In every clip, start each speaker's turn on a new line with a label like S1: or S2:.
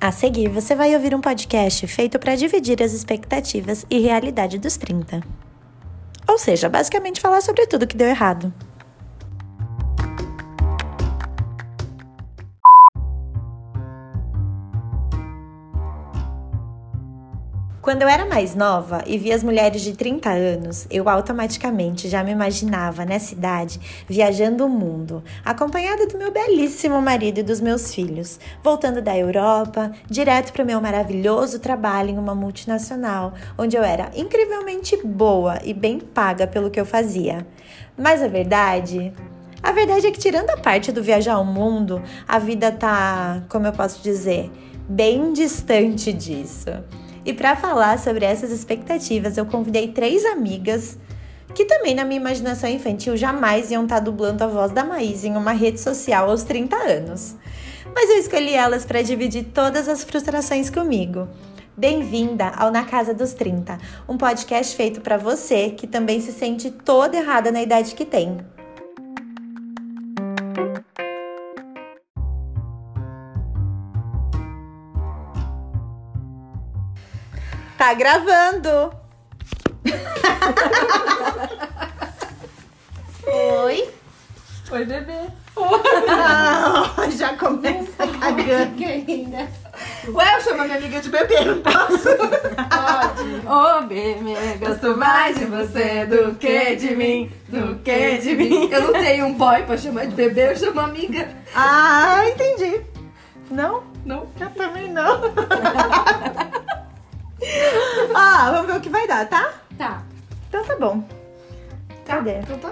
S1: A seguir, você vai ouvir um podcast feito para dividir as expectativas e realidade dos 30. Ou seja, basicamente falar sobre tudo que deu errado. Quando eu era mais nova e via as mulheres de 30 anos, eu automaticamente já me imaginava nessa idade viajando o mundo, acompanhada do meu belíssimo marido e dos meus filhos, voltando da Europa, direto para o meu maravilhoso trabalho em uma multinacional, onde eu era incrivelmente boa e bem paga pelo que eu fazia. Mas a verdade, a verdade é que tirando a parte do viajar o mundo, a vida tá, como eu posso dizer, bem distante disso. E para falar sobre essas expectativas, eu convidei três amigas que também na minha imaginação infantil jamais iam estar dublando a voz da Maís em uma rede social aos 30 anos. Mas eu escolhi elas para dividir todas as frustrações comigo. Bem-vinda ao Na Casa dos 30, um podcast feito para você que também se sente toda errada na idade que tem. Tá gravando!
S2: Oi.
S3: Oi, bebê.
S1: Ah, já começa cagando.
S2: Querida.
S3: Ué, eu chamo a minha amiga de bebê, não posso? Ô, bebê, gosto mais de você do que de mim, do que de mim. Eu não tenho um boy pra chamar de bebê, eu chamo amiga.
S1: Ah, entendi. Não?
S3: Não.
S1: Eu também não. ah, vamos ver o que vai dar, tá?
S2: Tá.
S1: Então tá bom. Cadê?
S3: Então tá.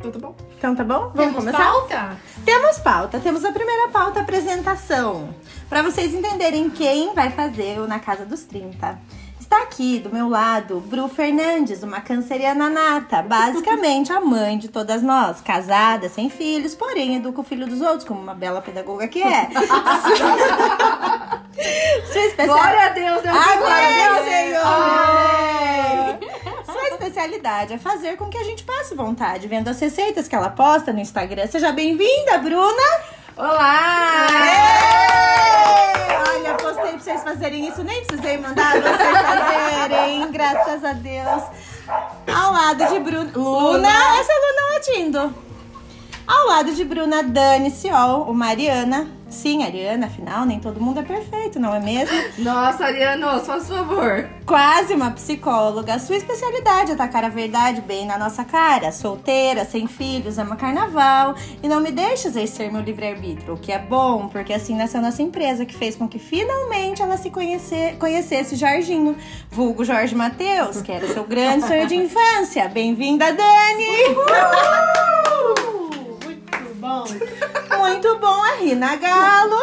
S3: Então tá bom.
S1: Então tá bom? Vamos
S2: Temos
S1: começar?
S2: pauta?
S1: Temos pauta. Temos a primeira pauta apresentação. Pra vocês entenderem quem vai fazer o Na Casa dos 30. Está aqui do meu lado Bru Fernandes, uma canceriana nata, basicamente a mãe de todas nós, casada, sem filhos, porém educa o filho dos outros, como uma bela pedagoga que é. Sua especial-
S3: Glória a Deus, Deus
S1: Amém, Senhor!
S3: Amém.
S1: Sua especialidade é fazer com que a gente passe vontade, vendo as receitas que ela posta no Instagram. Seja bem-vinda, Bruna!
S3: Olá!
S1: Ê! Olha, postei pra vocês fazerem isso, nem precisei mandar vocês fazerem, graças a Deus. Ao lado de Bruna. Luna, essa é Luna latindo. Ao lado de Bruna, Dani Ciol, uma Ariana. Sim, Ariana, afinal, nem todo mundo é perfeito, não é mesmo?
S3: Nossa, Ariano, faz favor.
S1: Quase uma psicóloga. Sua especialidade é atacar a verdade bem na nossa cara. Solteira, sem filhos, ama carnaval e não me deixa exercer meu livre-arbítrio, o que é bom, porque assim nasceu nossa empresa, que fez com que finalmente ela se conhecer, conhecesse Jorginho, vulgo Jorge Matheus, que era seu grande sonho de infância. Bem-vinda, Dani!
S2: Muito bom.
S1: Muito bom, a Rina Galo.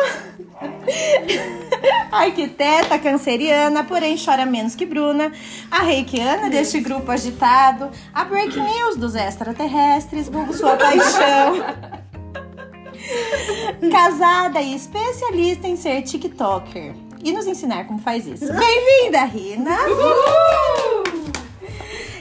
S1: Arquiteta canceriana, porém chora menos que Bruna. A reikiana deste grupo agitado. A break news dos extraterrestres, vulgo sua paixão. Casada e especialista em ser TikToker. E nos ensinar como faz isso. Bem-vinda, Rina!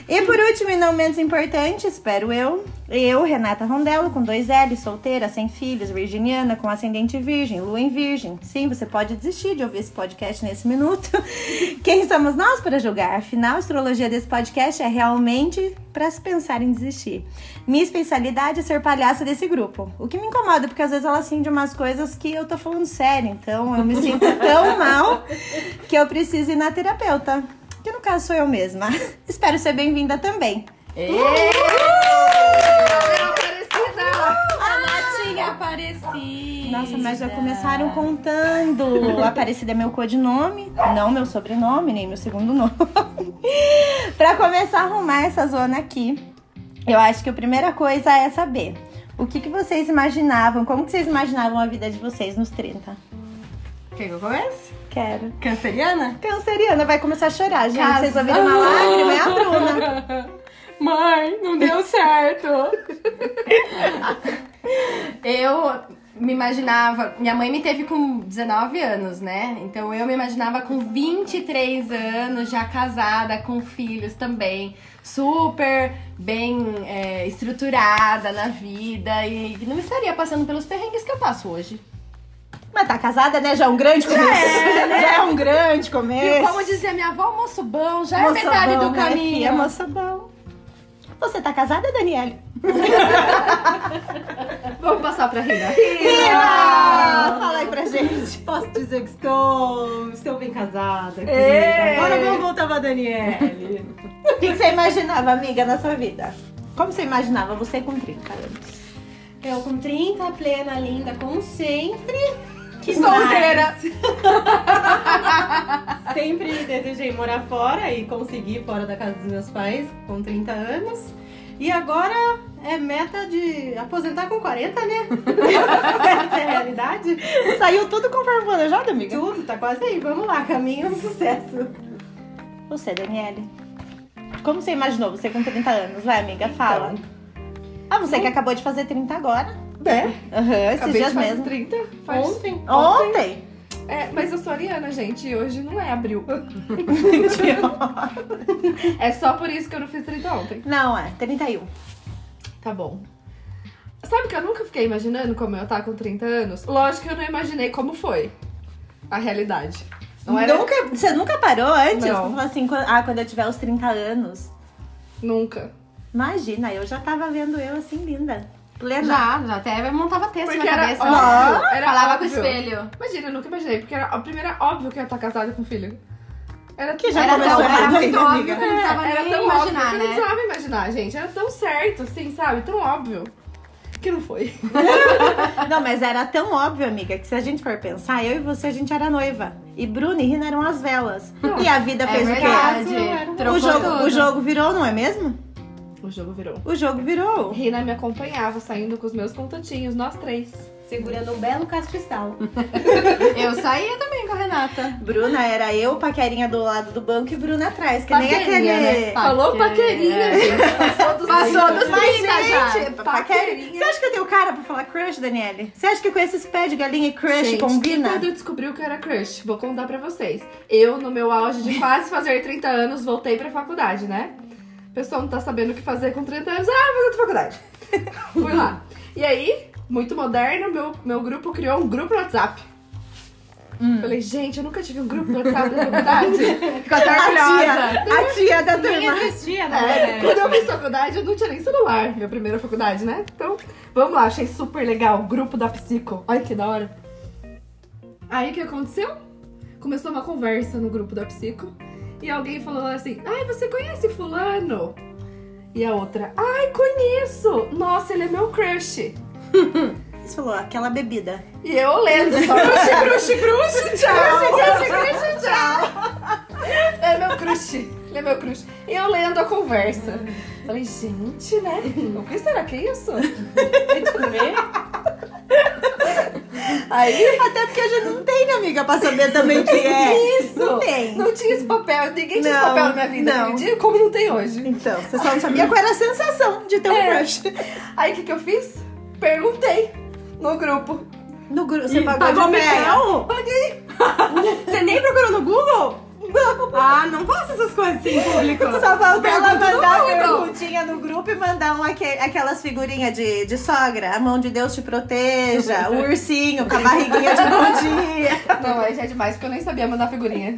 S1: E por último, e não menos importante, espero eu, eu, Renata Rondello, com dois L, solteira, sem filhos, virginiana, com ascendente virgem, lua em virgem. Sim, você pode desistir de ouvir esse podcast nesse minuto. Quem somos nós para julgar? Afinal, a astrologia desse podcast é realmente para se pensar em desistir. Minha especialidade é ser palhaça desse grupo. O que me incomoda, porque às vezes ela acende umas coisas que eu tô falando sério, então eu me sinto tão mal que eu preciso ir na terapeuta. Que no caso sou eu mesma. Espero ser bem-vinda também.
S2: A Natinha Aparecida.
S1: Nossa, mas já começaram contando. Aparecida é meu codinome, não meu sobrenome, nem meu segundo nome. pra começar a arrumar essa zona aqui, eu acho que a primeira coisa é saber o que, que vocês imaginavam, como que vocês imaginavam a vida de vocês nos 30?
S3: Quer que eu comece?
S1: Quero.
S3: Canceriana?
S1: Canceriana vai começar a chorar, gente.
S3: Casa.
S1: Vocês ouviram uma lágrima? É a Bruna.
S3: Mãe, não deu certo. eu me imaginava. Minha mãe me teve com 19 anos, né? Então eu me imaginava com 23 anos, já casada, com filhos também. Super bem é, estruturada na vida e não estaria passando pelos perrengues que eu passo hoje.
S1: Mas tá casada, né? Já é um grande começo.
S4: é, né?
S1: Já é um grande
S4: E
S1: começo.
S4: como dizia minha avó, moço bom, já é
S1: Moça
S4: metade
S1: bom,
S4: do
S1: né, filha?
S4: caminho.
S1: Moça bom. Você tá casada, Daniele?
S4: Vamos passar pra Rina.
S1: Eba! Fala aí pra gente.
S5: Posso dizer que estou, estou bem casada, querida.
S1: Ei!
S5: Agora vamos voltar pra Daniele.
S1: O que que você imaginava, amiga, na sua vida? Como você imaginava você com 30 anos?
S5: Eu com 30, plena, linda, como sempre. Que
S4: Solteira.
S5: mais? Sempre desejei morar fora e consegui fora da casa dos meus pais com 30 anos. E agora é meta de aposentar com 40, né? Essa é a realidade.
S1: Saiu tudo conforme planejado, amiga?
S5: Tudo, tá quase aí. Vamos lá, caminho do sucesso.
S1: Você, Daniele. Como você imaginou você com 30 anos? Vai, amiga, fala. Ah, você que acabou de fazer 30 agora.
S3: Né?
S1: Aham, esses
S3: Acabei
S1: dias
S3: de fazer
S1: mesmo.
S3: 30. Faz...
S5: Ontem.
S1: Ontem?
S3: É, mas eu sou ariana, gente, e hoje não é abril. É só por isso que eu não fiz 30 ontem.
S1: Não, é 31.
S3: Tá bom. Sabe que eu nunca fiquei imaginando como eu tá com 30 anos? Lógico que eu não imaginei como foi a realidade. Não era
S1: Nunca, você nunca parou antes?
S3: Não.
S1: Você falou assim, quando- ah, quando eu tiver os 30 anos.
S3: nunca.
S1: Imagina, eu já tava vendo eu assim, linda. Plena.
S4: Já, já até montava texto
S3: Porque
S4: na
S3: era
S4: cabeça.
S3: óbvio,
S4: né?
S3: era
S4: Falava
S3: óbvio.
S4: com o espelho.
S3: Imagina, eu nunca imaginei, porque era a primeira óbvio que eu ia estar casada com filho. Era
S1: Que já
S4: Era
S1: começou
S4: tão, era
S1: errado aí,
S4: muito
S1: né,
S4: óbvio que
S1: amiga?
S4: eu não precisava
S3: é, era
S4: nem
S3: tão
S4: imaginar,
S3: óbvio que eu não
S4: né?
S3: precisava imaginar, gente. Era tão certo, assim, sabe? Tão óbvio. Que não foi.
S1: Não, mas era tão óbvio, amiga, que se a gente for pensar, eu e você, a gente era noiva. E Bruno e Rina eram as velas. E a vida
S4: É
S1: fez o
S4: verdade.
S1: quê?
S3: um
S4: Trocou
S1: o jogo,
S4: tudo.
S1: o jogo virou, não é mesmo?
S3: O jogo virou.
S1: O jogo virou.
S3: Rina me acompanhava, saindo com os meus contatinhos, nós três.
S5: Segurando um belo castiçal.
S4: Eu saía também com a Renata.
S1: Bruna era eu, paquerinha do lado do banco e Bruna atrás, que nem aquele.
S4: Paquerinha, né? Pa-
S3: Falou paquerinha, gente. Passou dos
S4: Passou dos 30
S1: Mas, gente,
S4: já.
S1: pa- paquerinha. Você acha que eu dei o cara pra falar crush, Daniele? Você acha que com esses pés de galinha e crush
S3: Gente,
S1: combina?
S3: Quando eu descobri o que era crush, vou contar pra vocês. Eu, no meu auge de quase fazer 30 anos, voltei pra faculdade, né? O pessoal não tá sabendo o que fazer com 30 anos. Ah, vou fazer outra faculdade. Fui lá. E aí, muito moderno, meu, meu grupo criou um grupo no WhatsApp. Falei, gente, eu nunca tive um grupo no WhatsApp da faculdade. Hum. Ficou até
S1: A
S3: orgulhosa.
S1: tia, a tia da
S5: Nem
S1: turma.
S5: existia,
S3: É,
S5: né?
S3: quando eu fiz faculdade, eu não tinha nem celular, minha primeira faculdade, né? Então, vamos lá, achei super legal. Grupo da Psico. Olha que da hora. Aí o que aconteceu? Começou uma conversa no grupo da Psico. E alguém falou assim: Ai, você conhece Fulano? E a outra: Ai, conheço! Nossa, ele é meu crush.
S1: Você falou, "Ah, aquela bebida.
S3: E eu lendo só crush, crush, crush, tchau. Crush, crush, tchau. É meu crush. Ele é meu crush. E eu lendo a conversa. Falei, gente, né? O que será que é isso? Aí,
S1: Até porque a gente não tem, né, amiga, pra saber também o que é.
S3: isso.
S1: Não tem.
S3: Não tinha esse papel. Ninguém tinha esse
S1: Não,
S3: papel na minha vida.
S1: não.
S3: naquele dia, Como não tem hoje.
S1: Então, você só não sabia qual era a sensação de ter um
S3: É.
S1: crush.
S3: Aí, o que que eu fiz? Perguntei no grupo.
S1: No grupo, você
S3: E
S1: pagou,
S3: pagou
S1: de véia.
S5: Não! Você nem procurou no Google? Ah, não faça essas coisas assim em público.
S1: Só faltou ela mandar
S3: no
S1: uma
S3: Google.
S1: perguntinha no grupo e mandar um, aque- aquelas figurinhas de, de sogra. A mão de Deus te proteja. O ursinho com a barriguinha de bom dia.
S3: Não, aí já é demais, porque eu nem sabia mandar figurinha.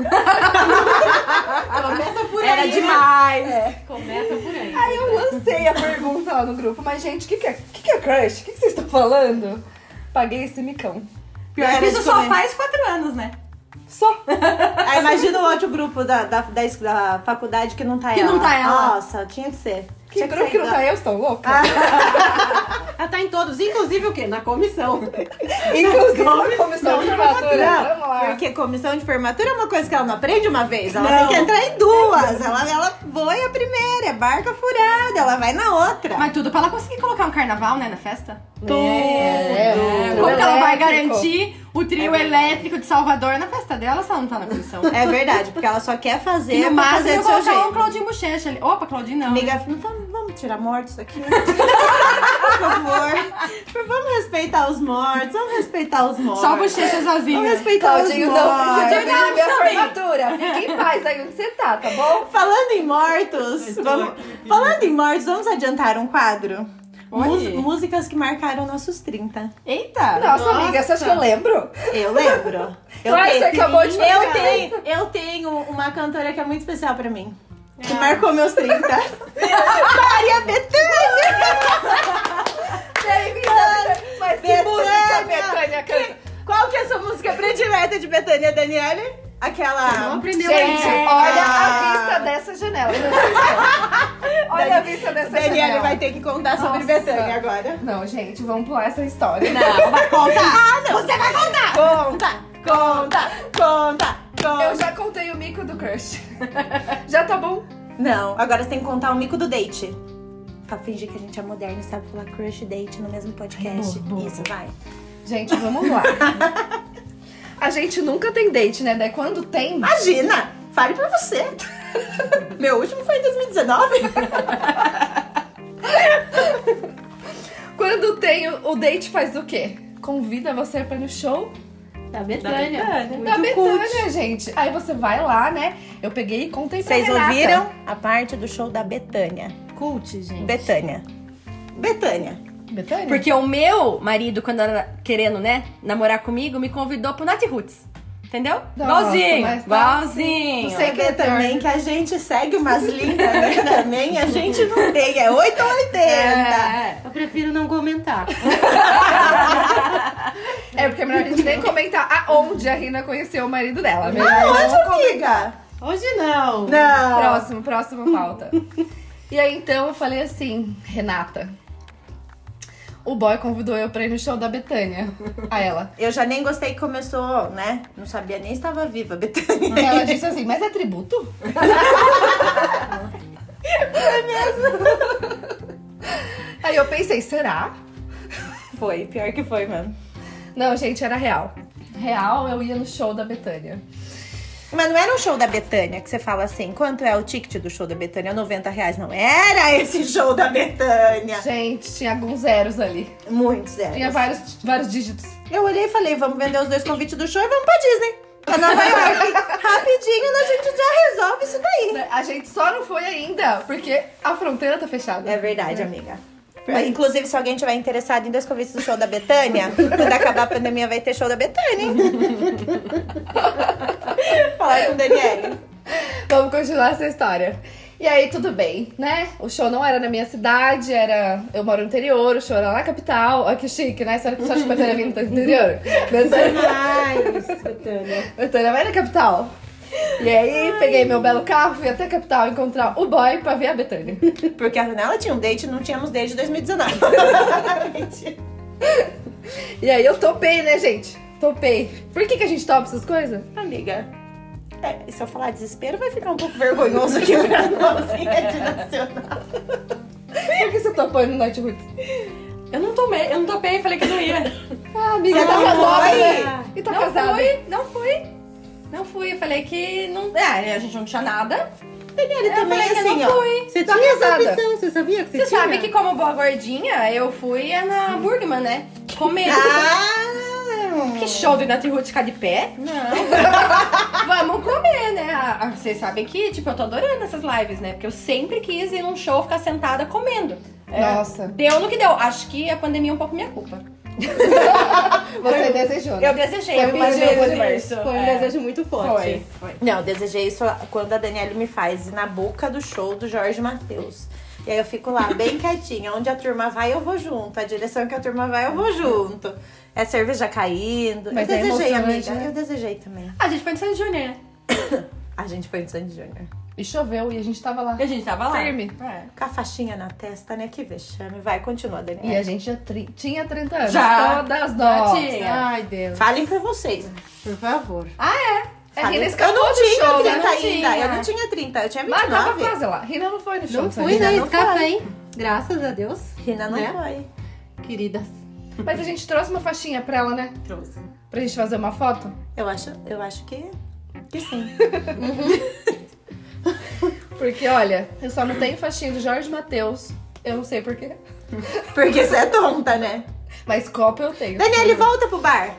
S5: Começa por aí.
S4: Era
S5: né?
S4: demais.
S1: É.
S5: Começa por aí.
S3: Aí eu lancei a pergunta lá no grupo, mas gente, o que, que, é, que, que é crush? O que, que vocês estão falando? Paguei esse micão.
S4: Pior
S1: Era
S4: que isso
S1: de
S4: só
S1: comer.
S4: faz quatro anos, né?
S3: Só.
S1: Aí Ah, imagina o outro grupo da, da, da, es- da faculdade que não tá
S4: Que
S1: ela.
S4: não tá ela.
S1: Nossa, tinha que ser.
S3: Que
S1: Tinha que
S3: grupo
S1: ser
S3: que não
S1: igual.
S3: tá eu, estão louca?
S5: Ela tá em todos, inclusive o quê? Na comissão.
S3: Inclusive na comissão de formatura. Vamos
S1: Não,
S3: lá.
S1: porque comissão de formatura é uma coisa que ela não aprende uma vez, ela tem que entrar em duas. Ela, ela voa a primeira, é barca furada, ela vai na outra.
S4: Mas tudo pra ela conseguir colocar um carnaval, né, na festa.
S3: É, o
S4: Como que ela vai
S3: elétrico.
S4: garantir o trio elétrico de Salvador na festa dela se ela não tá na comissão?
S1: É verdade, porque ela só quer
S4: E
S1: fazer,
S4: no
S1: pra
S4: máximo
S1: fazer
S4: eu
S1: do seu
S4: colocar
S1: jeito.
S4: um Claudinho Bochecha ali. Opa, Claudinho não.
S1: Amiga, não vamos, vamos tirar mortos daqui? Por favor. Vamos respeitar os mortos, vamos respeitar os mortos.
S4: Só Bochecha
S1: Vamos
S4: sozinha.
S1: respeitar os
S3: Claudinho, não é
S1: mortos.
S3: precisa
S4: Não,
S3: não, minha
S4: também.
S3: formatura. Fica em paz aí onde você tá, tá bom?
S1: Falando em mortos, vamos, falando em mortos, vamos adiantar um quadro?
S4: Onde?
S1: Mus- músicas que marcaram nossos 30.
S4: Eita!
S3: Nossa, amiga, você acha que eu lembro?
S1: Eu lembro. Eu,
S3: Claro, você acabou de
S1: eu
S3: lembrar.
S1: tenho, eu tenho uma cantora que é muito especial pra mim. Que marcou meus 30. Maria Bethânia!
S3: Mas que
S1: Betânia.
S3: música a Betânia canta?
S1: Qual que é a sua música predileta de Bethânia Daniele? Aquela.
S5: aprendeu
S3: Gente,
S5: ainda.
S3: olha a vista dessa janela. Olha a vista dessa
S1: Daniele
S3: janela.
S1: vai ter que contar sobre
S3: Nossa.
S1: Bethânia agora.
S3: Não, gente, vamos pular essa história.
S1: Não, vai contar! Ah, não! Você vai contar! Conta! Conta! Conta! Conta!
S3: Eu já contei o mico do crush. Já tá bom?
S1: Não, agora você tem que contar o mico do date.
S6: Pra fingir que a gente é moderno e sabe falar crush date no mesmo podcast. Isso, vai.
S3: Gente, vamos lá. A gente nunca tem date, né? Daí quando tem.
S1: Imagina! Fale pra você! Meu último foi em 2019?
S3: Quando tem, o o date faz o quê? Convida você pra ir no show
S4: É.
S5: Da
S4: Tá
S5: Betânia.
S3: da
S5: Tá Muito cult.
S3: Betânia, gente. Aí você vai lá, né? Eu peguei e contei pra
S6: Vocês
S3: Renata.
S6: ouviram a parte do show da Betânia?
S5: Cult, gente.
S6: Betânia.
S1: Betânia.
S3: Betânia?
S4: Porque o meu marido, quando era querendo, né, namorar comigo, me convidou pro Nath Roots. Entendeu?
S3: Nossa,
S4: igualzinho,
S3: mas tá-
S4: igualzinho.
S3: Não
S1: Você
S3: sei
S1: vê também que a gente segue umas linhas, né? Também a gente não tem, é 8 ou 80.
S4: É.
S5: Eu prefiro não comentar.
S3: É, porque é melhor a gente nem comentar aonde a Rina conheceu o marido dela. né? Melhor
S1: Aonde, amiga?
S5: Hoje não.
S1: Não.
S3: Próximo, próxima pauta. e aí então eu falei assim, Renata. O boy convidou eu pra ir no show da Betânia. A ela.
S1: Eu já nem gostei que começou, né? Não sabia nem estava viva, Betânia.
S3: Ela disse assim, mas é tributo? é mesmo? Aí eu pensei, será?
S1: Foi, pior que foi, mano.
S3: Não, gente, era real. Real, eu ia no show da Betânia.
S1: Mas não era um show da Betânia que você fala assim, quanto é o ticket do show da Betânia? 90 reais. Não era esse show da Betânia.
S3: Gente, tinha alguns zeros ali.
S1: Muito zero.
S3: Tinha vários, vários dígitos.
S1: Eu olhei e falei, vamos vender os dois convites do show e vamos pra Disney. Pra Nova York. Rapidinho, a gente já resolve isso daí.
S3: A gente só não foi ainda, porque a fronteira tá fechada.
S1: É verdade, amiga. Mas, inclusive, se alguém tiver interessado em dois convites do show da Betânia, quando acabar a pandemia vai ter show da Betânia, hein? Falar com o Daniele.
S3: Vamos continuar essa história. E aí, tudo bem, né? O show não era na minha cidade, era. Eu moro no interior, o show era lá na capital. Olha que chique, né? Será que você acha que Betânia vindo do interior? Betânia-
S5: Ai, Betânia.
S3: Betânia vai na capital. E aí, peguei meu belo carro, fui até a capital encontrar o boy pra ver a Betânia.
S1: Porque a Renala tinha um date e não tínhamos desde 2019. Mentira.
S3: E aí, eu topei, né, gente? Topei. Por que, que a gente topa essas coisas?
S1: Amiga, é, se eu falar desespero, vai ficar um pouco vergonhoso aqui pra nós, hein, Rede Nacional.
S3: Por que você topou no Night Roots?
S7: Eu não tomei, eu não topei, falei que não ia.
S3: Ah, amiga,
S1: Você
S3: tá
S1: não
S3: casada.
S1: foi?
S3: né? E tá
S7: não
S3: casada.
S7: fui, não fui. Não fui, eu falei que não. É, a gente não tinha nada.
S1: Ele também,
S3: é
S7: falei que
S1: assim,
S7: eu não
S1: ó.
S7: fui.
S5: Você
S3: Tá
S5: tinha essa
S3: casada.
S5: opção, Então, você sabia que você,
S7: Você
S5: tinha?
S7: sabe que como boa gordinha, eu fui é na Burgman, né? Comer.
S1: Ah!
S7: Que show do Nath Roots ficar de pé? Não. Vamos comer, né? Ah, ah, Vocês sabem que, tipo, eu tô adorando essas lives, né? Porque eu sempre quis ir num show ficar sentada comendo. É,
S3: Nossa,
S7: Deu no que deu. Acho que a pandemia é um pouco minha culpa.
S3: você desejou. né?
S7: Eu desejei,
S3: Foi
S7: eu
S3: um desejo,
S7: desejei
S3: foi.
S7: isso.
S5: Foi um
S7: É.
S5: desejo muito forte.
S7: Foi, foi.
S1: Não, eu desejei isso quando a Daniela me faz na boca do show do Jorge Matheus. E aí eu fico lá, bem quietinha. Onde a turma vai, eu vou junto. A direção que a turma vai, eu vou junto. É cerveja caindo.
S3: Mas
S1: eu
S3: é
S1: desejei,
S3: emocionante,
S1: amiga.
S3: né?
S1: Eu desejei também.
S7: A gente foi no San Junior, né?
S1: A gente foi no Sandy Júnior.
S3: E choveu e a gente tava lá.
S7: E a gente tava lá.
S3: Firme.
S7: É.
S1: Com a faixinha na testa, né? Que vexame. Vai, continua,
S3: E
S1: Daniela.
S3: a gente já tri- tinha 30 anos.
S7: Já.
S3: Todas
S7: Já
S3: nós.
S7: tinha.
S3: Ai, Deus.
S1: Falem por vocês.
S5: Por favor.
S4: Ah,
S3: É,
S1: Falem-
S3: Rina
S1: eu
S3: É escapou
S1: não
S3: do
S1: tinha
S3: show,
S1: 30
S3: né?
S7: não
S1: ainda.
S7: tinha.
S1: Eu não tinha 30, eu tinha
S3: Mas tava
S1: 29.
S3: quase lá. Rina não foi no show.
S5: Não
S3: sabe?
S5: fui, né?
S1: não
S5: Escapa,
S1: foi.
S5: hein? Graças a Deus,
S1: Rina não
S5: Né?
S1: foi.
S5: queridas.
S3: Mas a gente trouxe uma faixinha pra ela, né?
S5: Trouxe.
S3: Pra gente fazer uma foto.
S1: Eu acho, eu acho que, que sim.
S3: Porque, olha, eu só não tenho faixinha do Jorge Matheus. Eu não sei porquê.
S1: Porque você é tonta, né?
S3: Mas copo eu tenho.
S1: Daniele, volta pro bar.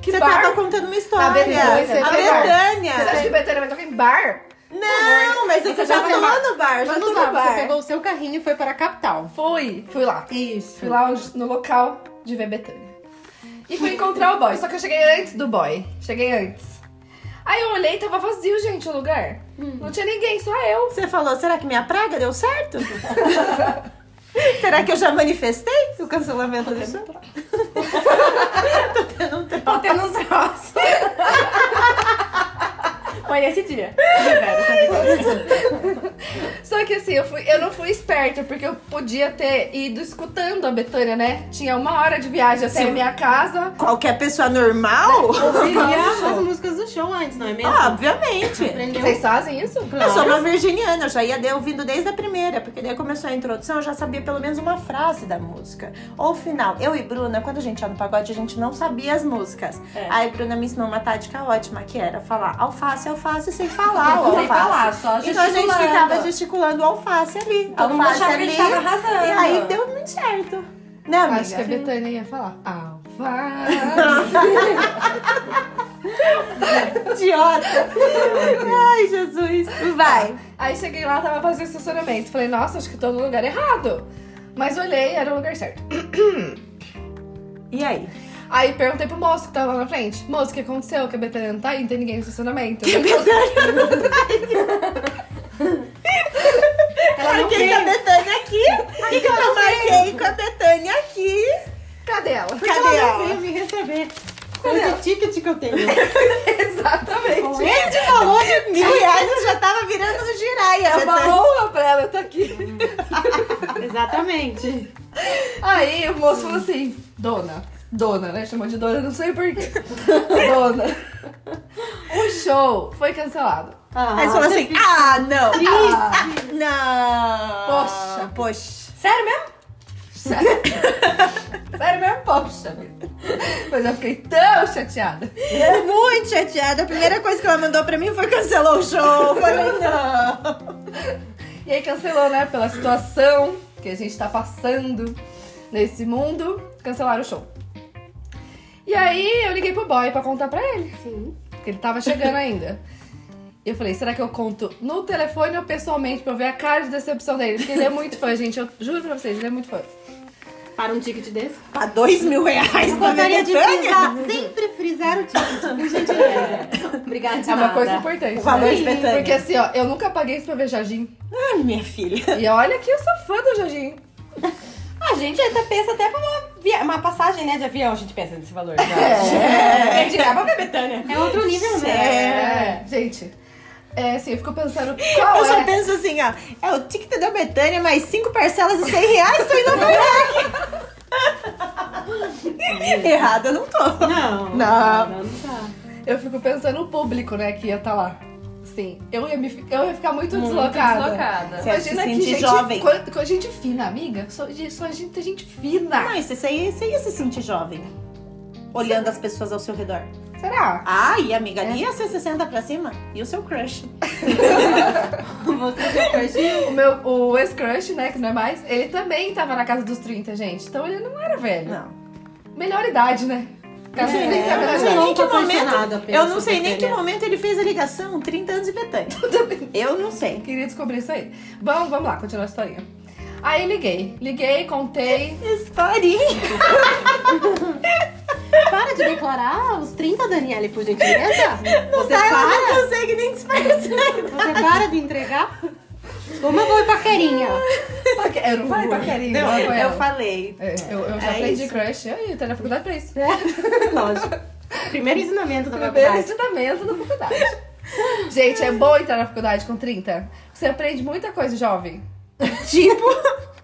S3: Que
S1: você tá
S3: bar?
S1: tava contando uma história.
S3: A Betânia, você
S1: A
S3: foi no bar.
S1: Betânia.
S3: Você acha que o Betânia vai tocar em bar?
S1: Não, mas você
S4: Você
S1: já
S4: já
S1: falou
S4: vai-
S1: no bar, já tô
S4: Vamos
S1: no
S4: lá, você
S1: bar.
S4: pegou o seu carrinho e foi para a capital.
S3: Fui! Fui lá.
S5: Isso.
S3: Fui lá onde- no local de ver Betânia. E fui encontrar o boy. Só que eu cheguei antes do boy. Cheguei antes. Aí eu olhei e tava vazio, gente, o lugar.
S1: Hum.
S3: Não tinha ninguém, só eu.
S1: Você falou, será que minha praga deu certo? será que eu já manifestei o cancelamento
S3: Tá
S1: do show?
S7: Tô tendo um troço. Foi nesse dia.
S3: Só que assim, eu, fui, eu não fui esperta, porque eu podia ter ido escutando a Betânia, né? Tinha uma hora de viagem até a minha casa.
S1: Qualquer pessoa normal?
S5: Ouvia as músicas do show antes, não é
S4: Ah,
S5: mesmo?
S1: Obviamente.
S5: Aprendeu?
S3: Vocês fazem isso?
S1: Eu sou uma virginiana, eu já ia de- ouvindo desde a primeira, porque daí começou a introdução, eu já sabia pelo menos uma frase da música. Ou o final. Eu e Bruna, quando a gente ia no pagode, a gente não sabia as músicas.
S7: É.
S1: Aí Bruna me ensinou uma tática ótima, que era falar alface, alface, sem falar o alface.
S7: Sem falar, só
S1: então a gente
S7: gesticulando.
S1: ficava gesticulando alface ali.
S7: Todo mundo
S1: alface
S7: achava que a
S1: ali.
S7: gente tava arrasando.
S1: E aí deu muito certo. Né, amiga?
S3: Acho que é a Betânia ia falar. Ah,
S1: Idiota. Ai, Jesus. Vai.
S3: Aí cheguei lá, tava vazio o estacionamento. Falei, nossa, acho que tô no lugar errado. Mas olhei, era o lugar certo.
S1: E aí?
S3: Aí perguntei pro moço que tava lá na frente. Moço, o que aconteceu? Que a Betânia não tá aí, não tem ninguém no estacionamento.
S1: Ela marquei com a Betânia aqui. E que eu marquei com a Betânia aqui.
S3: Cadê ela?
S1: Cadê
S5: Ela não
S1: ela?
S5: veio me receber. Olha o ticket que eu tenho.
S3: Exatamente.
S1: Gente, falou de mil reais, eu já tava virando no giraia.
S3: É uma
S1: Betânia.
S3: honra pra ela estar aqui.
S5: Exatamente.
S3: Aí o moço falou assim, dona. Dona, né? Chamou de dona, não sei porquê. Dona. O show foi cancelado.
S5: Ah,
S1: Aí você falou assim, ah, não. Ah,
S3: Ah,
S1: Não.
S3: Poxa.
S1: Poxa.
S7: Sério mesmo?
S3: sério. sério mesmo, poxa. vida. Mas eu fiquei tão chateada.
S1: Muito chateada. A primeira coisa que ela mandou pra mim foi cancelou o show. Eu falei, não.
S3: E aí cancelou, né? Pela situação que a gente tá passando nesse mundo, cancelaram o show. E aí eu liguei pro boy pra contar pra ele.
S5: Sim.
S3: Porque ele tava chegando ainda. E eu falei, será que eu conto no telefone ou pessoalmente pra eu ver a cara de decepção dele? Porque ele é muito fã, gente. Eu juro pra vocês, ele é muito fã.
S5: Para um ticket desse.
S1: A dois mil reais
S5: Eu
S1: pra ver
S5: gostaria de
S1: Betânia?
S5: frisar, sempre frisar o ticket, por gentileza. Obrigada de
S3: É uma
S5: nada.
S3: coisa importante.
S1: O valor de
S3: né?
S1: Betânia.
S3: Porque assim, ó, eu nunca paguei isso pra ver Jardim.
S1: Ai, minha filha.
S3: E olha que eu sou fã do Jardim.
S7: A gente até pensa até pra uma, via- uma passagem né, de avião, a gente pensa nesse valor. Já. É. Perdi pra né? ver Betânia.
S5: É outro nível mesmo.
S3: É, gente. É assim, eu fico pensando qual
S1: Eu
S3: é.
S1: só penso assim, ó. É o ticket da Betânia, mais cinco parcelas de cem reais, tô em Nova York. Errada eu não tô.
S5: Não.
S1: Não.
S5: Não, tá.
S3: Eu fico pensando no público, né, que ia estar lá. Sim, eu ia, me, fi- eu ia ficar muito, deslocada.
S7: deslocada.
S1: Você ia se sentir
S3: gente,
S1: jovem.
S3: quan- quan- gente fina, amiga. Só, de- só gente, gente fina.
S1: Mas você ia, você ia se sentir jovem. Olhando as pessoas ao seu redor.
S3: Será?
S1: Ai, amiga, ali ia ser 60 pra cima? E o seu crush?
S5: Você já curtiu?
S3: O meu o ex-crush, né, que não é mais, ele também tava na casa dos 30, gente. Então ele não era velho.
S1: Não.
S3: Melhor idade, né? Casa dos
S5: É,
S3: 30 é a
S5: eu
S3: melhor
S5: não
S3: idade.
S5: sei. louco apaixonada pela
S1: Eu não sei nem que
S5: Betânia.
S1: momento ele fez a ligação. 30 anos de Betânia. Eu não sei.
S3: Queria descobrir isso aí. Vamos, vamos lá, continuar a historinha. Aí liguei. Liguei, contei.
S1: Historinha.
S5: Para de declarar os 30, Daniele, por gentileza. Você
S1: Tá, ela
S5: para,
S1: não consegue nem disfarçar.
S5: você para de entregar. Como eu vou em paquerinha?
S3: Eu não falei pra carinho.
S1: um Não,
S3: foi
S1: eu
S3: ela.
S1: falei.
S3: É, Eu, eu já
S1: É
S3: aprendi
S1: isso.
S3: crush. Eu entrei na faculdade pra isso.
S5: Lógico. Primeiro ensinamento
S1: Tá
S5: da
S3: Primeiro
S5: faculdade.
S3: ensinamento da faculdade. Gente, é bom entrar na faculdade com 30. Você aprende muita coisa jovem.
S1: Tipo,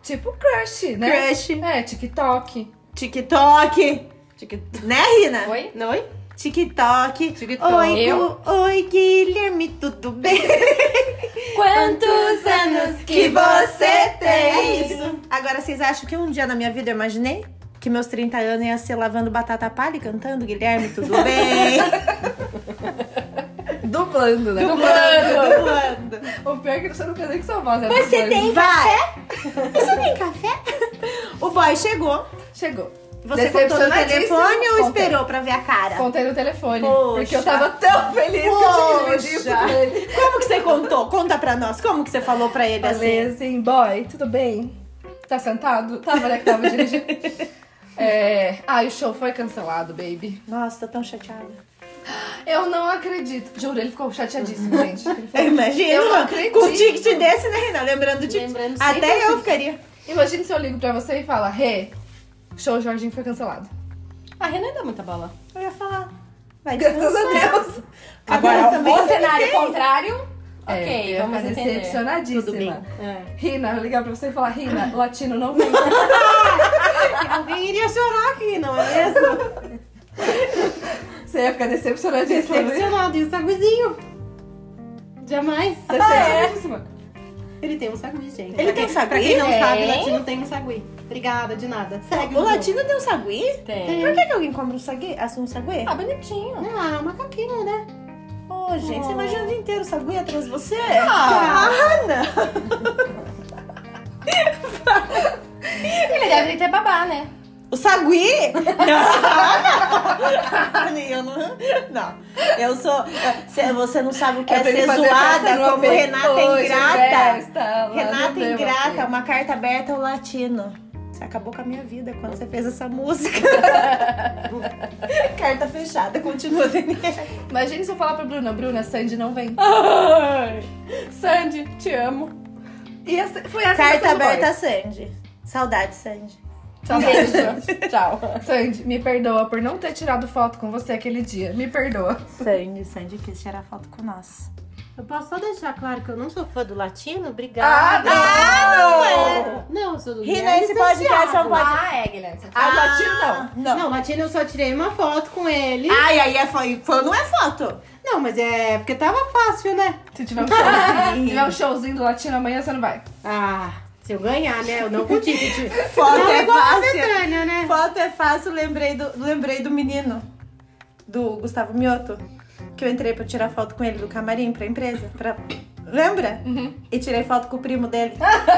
S3: Tipo crush, né?
S1: crush,
S3: É, TikTok.
S1: TikTok. Né, Rina?
S7: Oi?
S5: Não, hein?
S1: TikTok.
S5: TikTok.
S1: Oi, Gu-
S7: Eu?
S1: Oi, Guilherme, tudo bem?
S7: Quantos anos
S1: É isso. Agora, vocês acham que um dia na minha vida eu imaginei? Que meus 30 anos ia ser lavando batata palha e cantando Guilherme, tudo bem?
S3: Dublando, né?
S1: Dublando, dublando.
S3: O pior é que você não quer nem que sua voz é
S1: Vai. Você tem café? O boy chegou.
S3: Chegou.
S6: Você contou no
S3: Decepcionadíssimo.
S6: telefone ou
S3: Conta.
S6: esperou pra ver a cara?
S3: Contei no telefone.
S6: Poxa.
S3: Porque eu tava tão feliz que eu tinha dividido
S6: Poxa.
S3: com ele.
S1: Como que você contou? Conta pra nós. Como que você falou pra ele assim?
S3: Falei assim, boy, tudo bem? Tá sentado? Tava, né, que tava dirigindo. É... Ah, e o show foi cancelado, baby.
S1: Nossa, tô tão chateada.
S3: Eu não acredito. Juro, ele ficou chateadíssimo, gente. Ele ficou-
S1: Eu imagino.
S3: Eu não acredito.
S1: Com um ticket desse, né, Renan? Lembrando do ticket.
S5: Lembrando sempre
S1: Até eu ficaria.
S3: Imagina se eu ligo pra você e falo, Rê, show Jorginho foi cancelado.
S7: A Renan dá muita bola.
S1: Eu ia falar. Vai
S3: Graças a
S1: descansar.
S3: Deus.
S1: Agora, também
S7: o cenário contrário, ok,
S3: É, eu ia
S7: vamos
S3: ficar
S7: entender.
S3: decepcionadíssima.
S6: Tudo bem.
S3: Rina, eu ligar pra você e falar, Rina, latino não vem.
S5: Alguém iria chorar aqui, não é mesmo?
S3: Você ia ficar decepcionadíssima. né?
S5: Decepcionado. E o saguizinho? um Jamais.
S3: Decepcionadíssima.
S5: Ele tem um sagui, gente.
S1: Ele tem
S5: Pra quem
S1: sagui? É.
S5: não
S7: Tem.
S5: sabe, latino tem um sagui. Obrigada, de nada. Segue
S1: O
S5: jogo.
S1: latino tem um sagui?
S7: Tem.
S1: Por que, que alguém compra um sagui? Assim, um sagui?
S7: Ah, bonitinho.
S5: Ah, um macaquinho, né?
S1: Ô, gente, você imagina o dia inteiro o sagui atrás de você?
S7: Ele deve ter babá, né?
S1: O sagui? Não, não. Eu não, não. Eu sou... Cê- Você não sabe o que é,
S3: pra ele
S1: ser
S3: fazer festa
S1: zoada
S3: numa
S1: como Renata é
S3: hoje,
S1: Ingrata.
S3: festa, é, lá no
S1: Renata é
S3: Dema,
S1: Ingrata,
S3: filho.
S1: uma carta aberta ao latino. Você acabou com a minha vida quando você fez essa música. carta fechada, continua, Daniela.
S3: Imagina se eu falar pra Bruna, Bruna, Sandy não vem.
S7: Sandy, te amo.
S3: E essa, foi essa
S1: Carta
S3: a
S1: aberta a Sandy. Saudade, Sandy.
S3: Tchau,
S7: Tchau.
S3: Sandy, me perdoa por não ter tirado foto com você aquele dia. Me perdoa.
S1: Sandy, Sandy quis tirar foto com nós.
S5: Eu posso só deixar claro que eu não sou fã do latino? Obrigada. É.
S1: Ah,
S5: Não, eu sou do
S1: Rina,
S5: Guilherme
S1: esse podcast é um
S5: Santiago.
S1: podcast.
S7: Ah, é, Guilherme. você-
S3: Ah, latino não.
S1: Não.
S5: Não, latino eu só tirei uma foto com ele.
S1: Ai, aí é foi, foi, não é foto.
S5: Não, mas é porque tava fácil, né?
S3: Se tiver um showzinho, se tiver um showzinho do latino amanhã, você não vai.
S5: Ah, se eu ganhar, né? Eu não com ticket.
S1: Foto
S5: não
S1: é
S5: igual a
S1: fácil.
S5: Betânia, né?
S1: Foto é fácil, lembrei do, lembrei do menino, do Gustavo Mioto, que eu entrei pra tirar foto com ele do camarim pra empresa. Pra... Lembra? E tirei foto com o primo dele.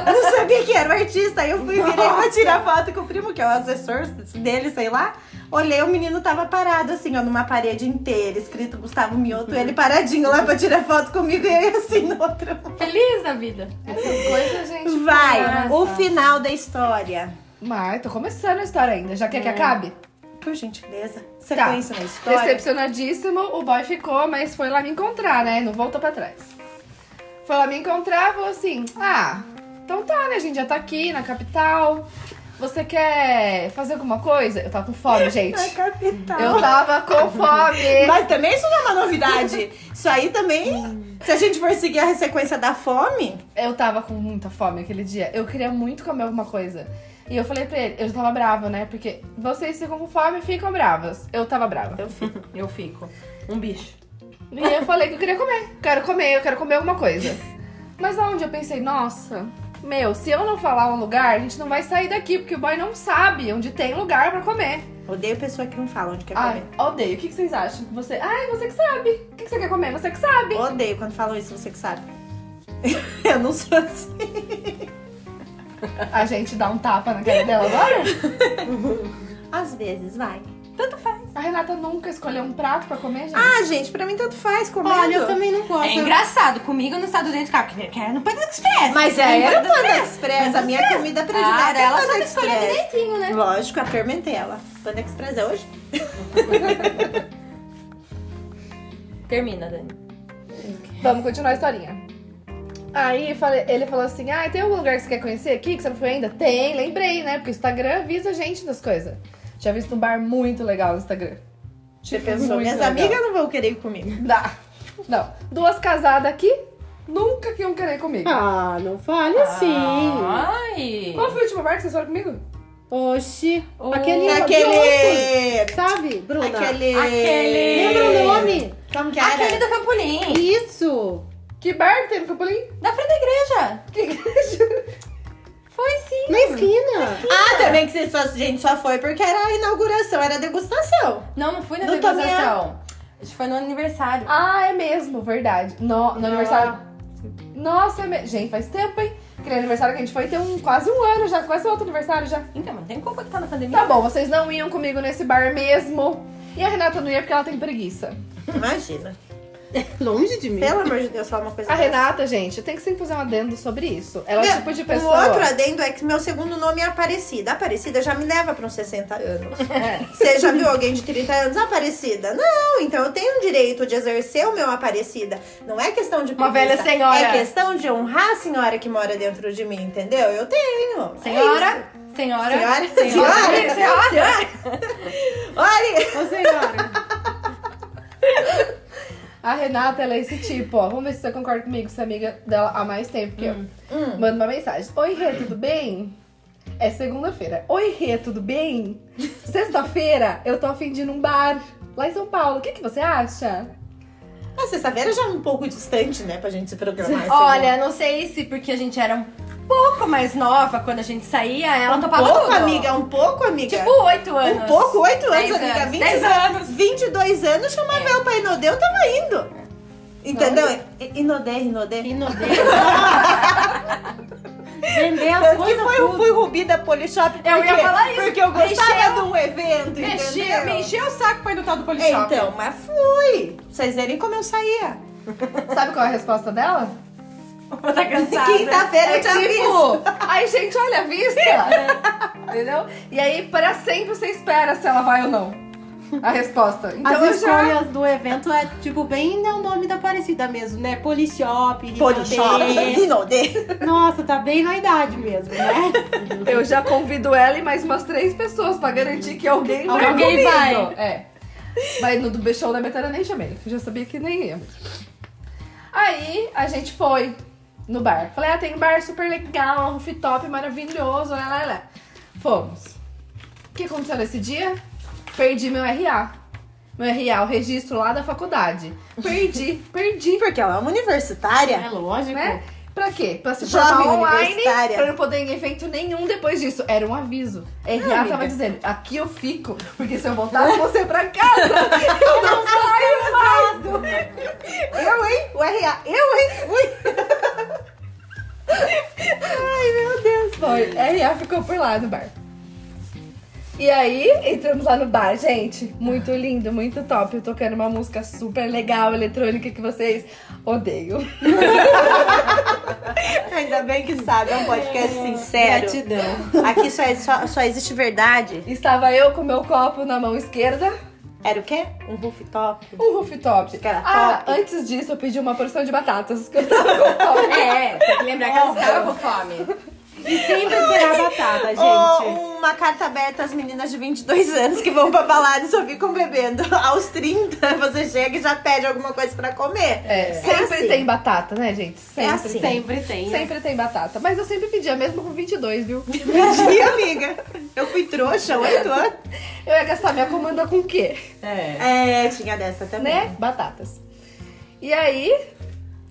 S1: Eu não sabia que era o artista. Aí eu fui virei pra tirar foto com o primo, que é o assessor dele, sei lá. Olhei, o menino tava parado, assim, ó, numa parede inteira, escrito Gustavo Mioto, ele paradinho lá pra tirar foto comigo e eu assim no outro.
S7: Feliz da vida.
S3: Essas coisas, gente. é
S1: Vai,
S7: Nossa.
S1: o final da história.
S3: Mas tô começando a história ainda. Já quer
S1: É.
S3: que acabe?
S1: Por gentileza, sequência na história.
S3: Tá. Decepcionadíssimo, o boy ficou, mas foi lá me encontrar, né? Não voltou pra trás. Foi lá me encontrar, falou assim: Ah, então tá, né? A gente já tá aqui na capital. Você quer fazer alguma coisa? Eu tava com fome,
S1: Na
S3: gente.
S1: É capital.
S3: Eu tava com fome.
S1: Mas também isso não é uma novidade. Isso aí também, se a gente for seguir a sequência da fome,
S3: Eu tava com muita fome aquele dia. Eu queria muito comer alguma coisa. E eu falei pra ele, eu já tava brava, né? Porque vocês ficam com fome e ficam bravas. Eu tava brava.
S7: Eu fico. Um bicho.
S3: E eu falei que eu queria comer. Quero comer, eu quero comer alguma coisa. Mas aonde eu pensei, nossa, meu, se eu não falar um lugar, a gente não vai sair daqui, porque o boy não sabe onde tem lugar pra comer.
S1: odeio pessoa que não fala onde quer
S3: Ai,
S1: comer.
S3: odeio. O que que vocês acham? Você. Ai, você que sabe. O que que você quer comer? Você que sabe.
S1: Odeio quando falam isso, você que sabe. Eu não sou assim.
S3: A gente dá um tapa na cara dela agora?
S1: Às vezes, vai.
S3: A Renata nunca escolheu um prato pra comer, gente.
S1: Ah, gente, pra mim tanto faz comer.
S5: Olha, eu também não
S7: É
S5: gosto.
S7: engraçado, comigo no estado dentro do carro, porque é no Panda Express.
S1: Mas é, era o Panda Express, a minha comida
S7: Ah,
S1: predileta é
S7: ela
S1: Panda
S7: sabe escolher
S1: Express.
S7: direitinho, né?
S1: Lógico, atormentei ela. Panda Express é hoje?
S7: Termina, Dani.
S3: Vamos continuar a historinha. Aí falei- ele falou assim: Ah, tem algum lugar que você quer conhecer aqui que você não foi ainda? Tem, lembrei, né? Porque o Instagram avisa a gente das coisas. Tinha visto um bar muito legal no Instagram.
S1: Você
S3: Tipo,
S1: pensou,
S3: muito
S1: minhas
S3: legal.
S1: amigas não vão querer ir comigo.
S3: Dá. Não. Duas casadas aqui, nunca que iam querer comigo.
S5: Ah, não fale assim.
S7: Ai.
S3: Qual foi o último bar que vocês foram comigo?
S5: Oxi.
S7: O-
S5: Aquele. de ontem,
S1: Aquele...
S5: Sabe, Bruna?
S1: Aquele...
S7: Aquele-
S5: Lembra o nome?
S1: Como que era?
S7: Aquele do Campolim.
S5: Isso.
S3: Que bar que tem no Campolim?
S7: Da frente da igreja.
S3: Que igreja?
S7: Foi sim.
S5: Na esquina.
S1: Ah, também que vocês só, gente só foi porque era a inauguração, era a degustação.
S7: Não, não fui na
S1: Não tá tomei
S7: degustação. Acho que foi no aniversário.
S3: Ah, é mesmo, verdade. No, no
S5: Ah.
S3: aniversário. Nossa, é me... gente, faz tempo, hein? Aquele aniversário que a gente foi tem um, quase um ano já, quase outro aniversário já.
S7: Então, mas não tem culpa que tá na pandemia.
S3: Tá bom, vocês não iam comigo nesse bar mesmo. E a Renata não ia porque ela tem preguiça.
S1: Imagina.
S7: Longe de mim.
S1: Pelo amor de Deus, falar uma coisa
S3: A
S1: dessa.
S3: Renata, gente, eu tenho que sempre fazer um adendo sobre isso. Ela é o
S1: Meu,
S3: tipo de
S1: O
S3: pessoa.
S1: outro adendo é que meu segundo nome é Aparecida. Aparecida já me leva para uns 60 anos. Você já viu alguém de 30 anos Aparecida? Não, então eu tenho o direito de exercer o meu Aparecida. Não é questão de
S7: Uma
S1: preguiça,
S7: velha senhora.
S1: É questão de honrar a senhora que mora dentro de mim, entendeu? Eu tenho.
S7: Senhora, senhora,
S1: é Senhora? Senhora?
S7: senhora.
S1: Olha!
S5: Ô, senhora.
S3: A Renata, ela é esse tipo, ó. Vamos ver se você concorda comigo, se é amiga dela há mais tempo que eu.
S7: Hum.
S3: Manda uma mensagem. Oi, Rê, tudo bem? É segunda-feira. Oi, Rê, tudo bem? Sexta-feira, eu tô afim de ir num bar lá em São Paulo. O que, que você acha?
S1: A sexta-feira já é um pouco distante, né? Pra gente se programar.
S7: Olha, não sei se porque a gente era um pouco mais nova quando a gente saía, ela
S1: um
S7: topava
S1: pouco,
S7: tudo.
S1: amiga, um pouco, amiga.
S7: Tipo, oito anos.
S1: um pouco, oito anos,
S7: Dez
S1: amiga.
S7: anos.
S1: 20
S7: Dez anos. É.
S1: 22 anos, chamava ela pra Inodê, eu tava indo. Entendeu? I- Inodê, Inodê.
S5: Vender as
S1: Tanto que
S5: coisas
S1: foi, eu
S5: tudo.
S1: fui Rubi da Polishop.
S7: Eu ia
S1: porque-
S7: falar isso.
S1: Porque eu
S7: Me
S1: gostava
S7: encheu-
S1: de um evento,
S7: Me encheu,
S1: entendeu?
S7: me encheu o saco pra ir no tal do
S1: É,
S7: Polishop.
S1: Então, mas fui. Pra Vocês verem como eu saía.
S3: Sabe qual é a resposta dela?
S7: tá cansada. É
S1: Quinta-feira eu te aviso.
S3: tipo, ai, gente, olha a vista! Entendeu? E aí, pra sempre você espera se ela vai ou não. A resposta. Então eu
S5: As
S3: já.
S5: escolhas do evento é, tipo, bem é o nome da parecida mesmo, né? Polishop, Rinaldê.
S1: Polishop, Inodê.
S5: Nossa, tá bem na idade mesmo, né?
S3: Eu já convido ela e mais umas três pessoas pra garantir que alguém vai.
S7: Alguém
S3: comigo.
S7: vai.
S3: É. Mas no do B show da Betânia nem chamei. Eu já sabia que nem ia. Aí a gente foi no bar. Falei, ah, tem um bar super legal, um rooftop maravilhoso, lá, lá, lá. Fomos. O que aconteceu nesse dia? Perdi meu RA. Meu RA, o registro lá da faculdade. Perdi, perdi.
S1: Porque ela é uma universitária.
S5: É lógico.
S3: Né? Pra quê? Pra se
S1: Jovem
S3: formar online,
S1: universitária.
S3: pra não poder ir em evento nenhum depois disso. Era um aviso. RA
S1: amiga.
S3: tava dizendo, aqui eu fico, porque se eu voltar, eu vou ser pra casa. Eu não saio mais.
S1: Eu, hein? O RA. Eu, hein? Fui.
S3: Foi, RA ficou por lá no bar. E aí, entramos lá no bar, gente. Muito lindo, muito top. Eu tocando uma música super legal, eletrônica, que vocês odeiam.
S1: Ainda bem que sabe, é um podcast sincero.
S5: Gratidão.
S1: Aqui só, é- só, só existe verdade.
S3: Estava eu com meu copo na mão esquerda,
S1: Era o quê? Um rooftop.
S3: um rooftop.
S1: Que era
S3: Ah,
S1: é top.
S3: antes disso, eu pedi uma porção de batatas, que eu tava com fome.
S7: É, tem que lembrar que ela estava com fome.
S5: E sempre será batata, gente.
S1: Ou uma carta aberta às meninas de 22 anos que vão pra balada e só ficam bebendo. Aos 30, você chega e já pede alguma coisa pra comer.
S3: É, sempre
S1: assim.
S3: tem batata, né, gente? Sempre.
S1: assim.
S5: Sempre tem. né?
S3: Sempre tem batata. Mas eu sempre pedia, mesmo com 22, viu?
S1: Mentira, amiga. Eu fui trouxa, 8 anos.
S3: Eu ia gastar minha comanda com o quê?
S1: É, tinha dessa também.
S3: Né? Batatas. E aí,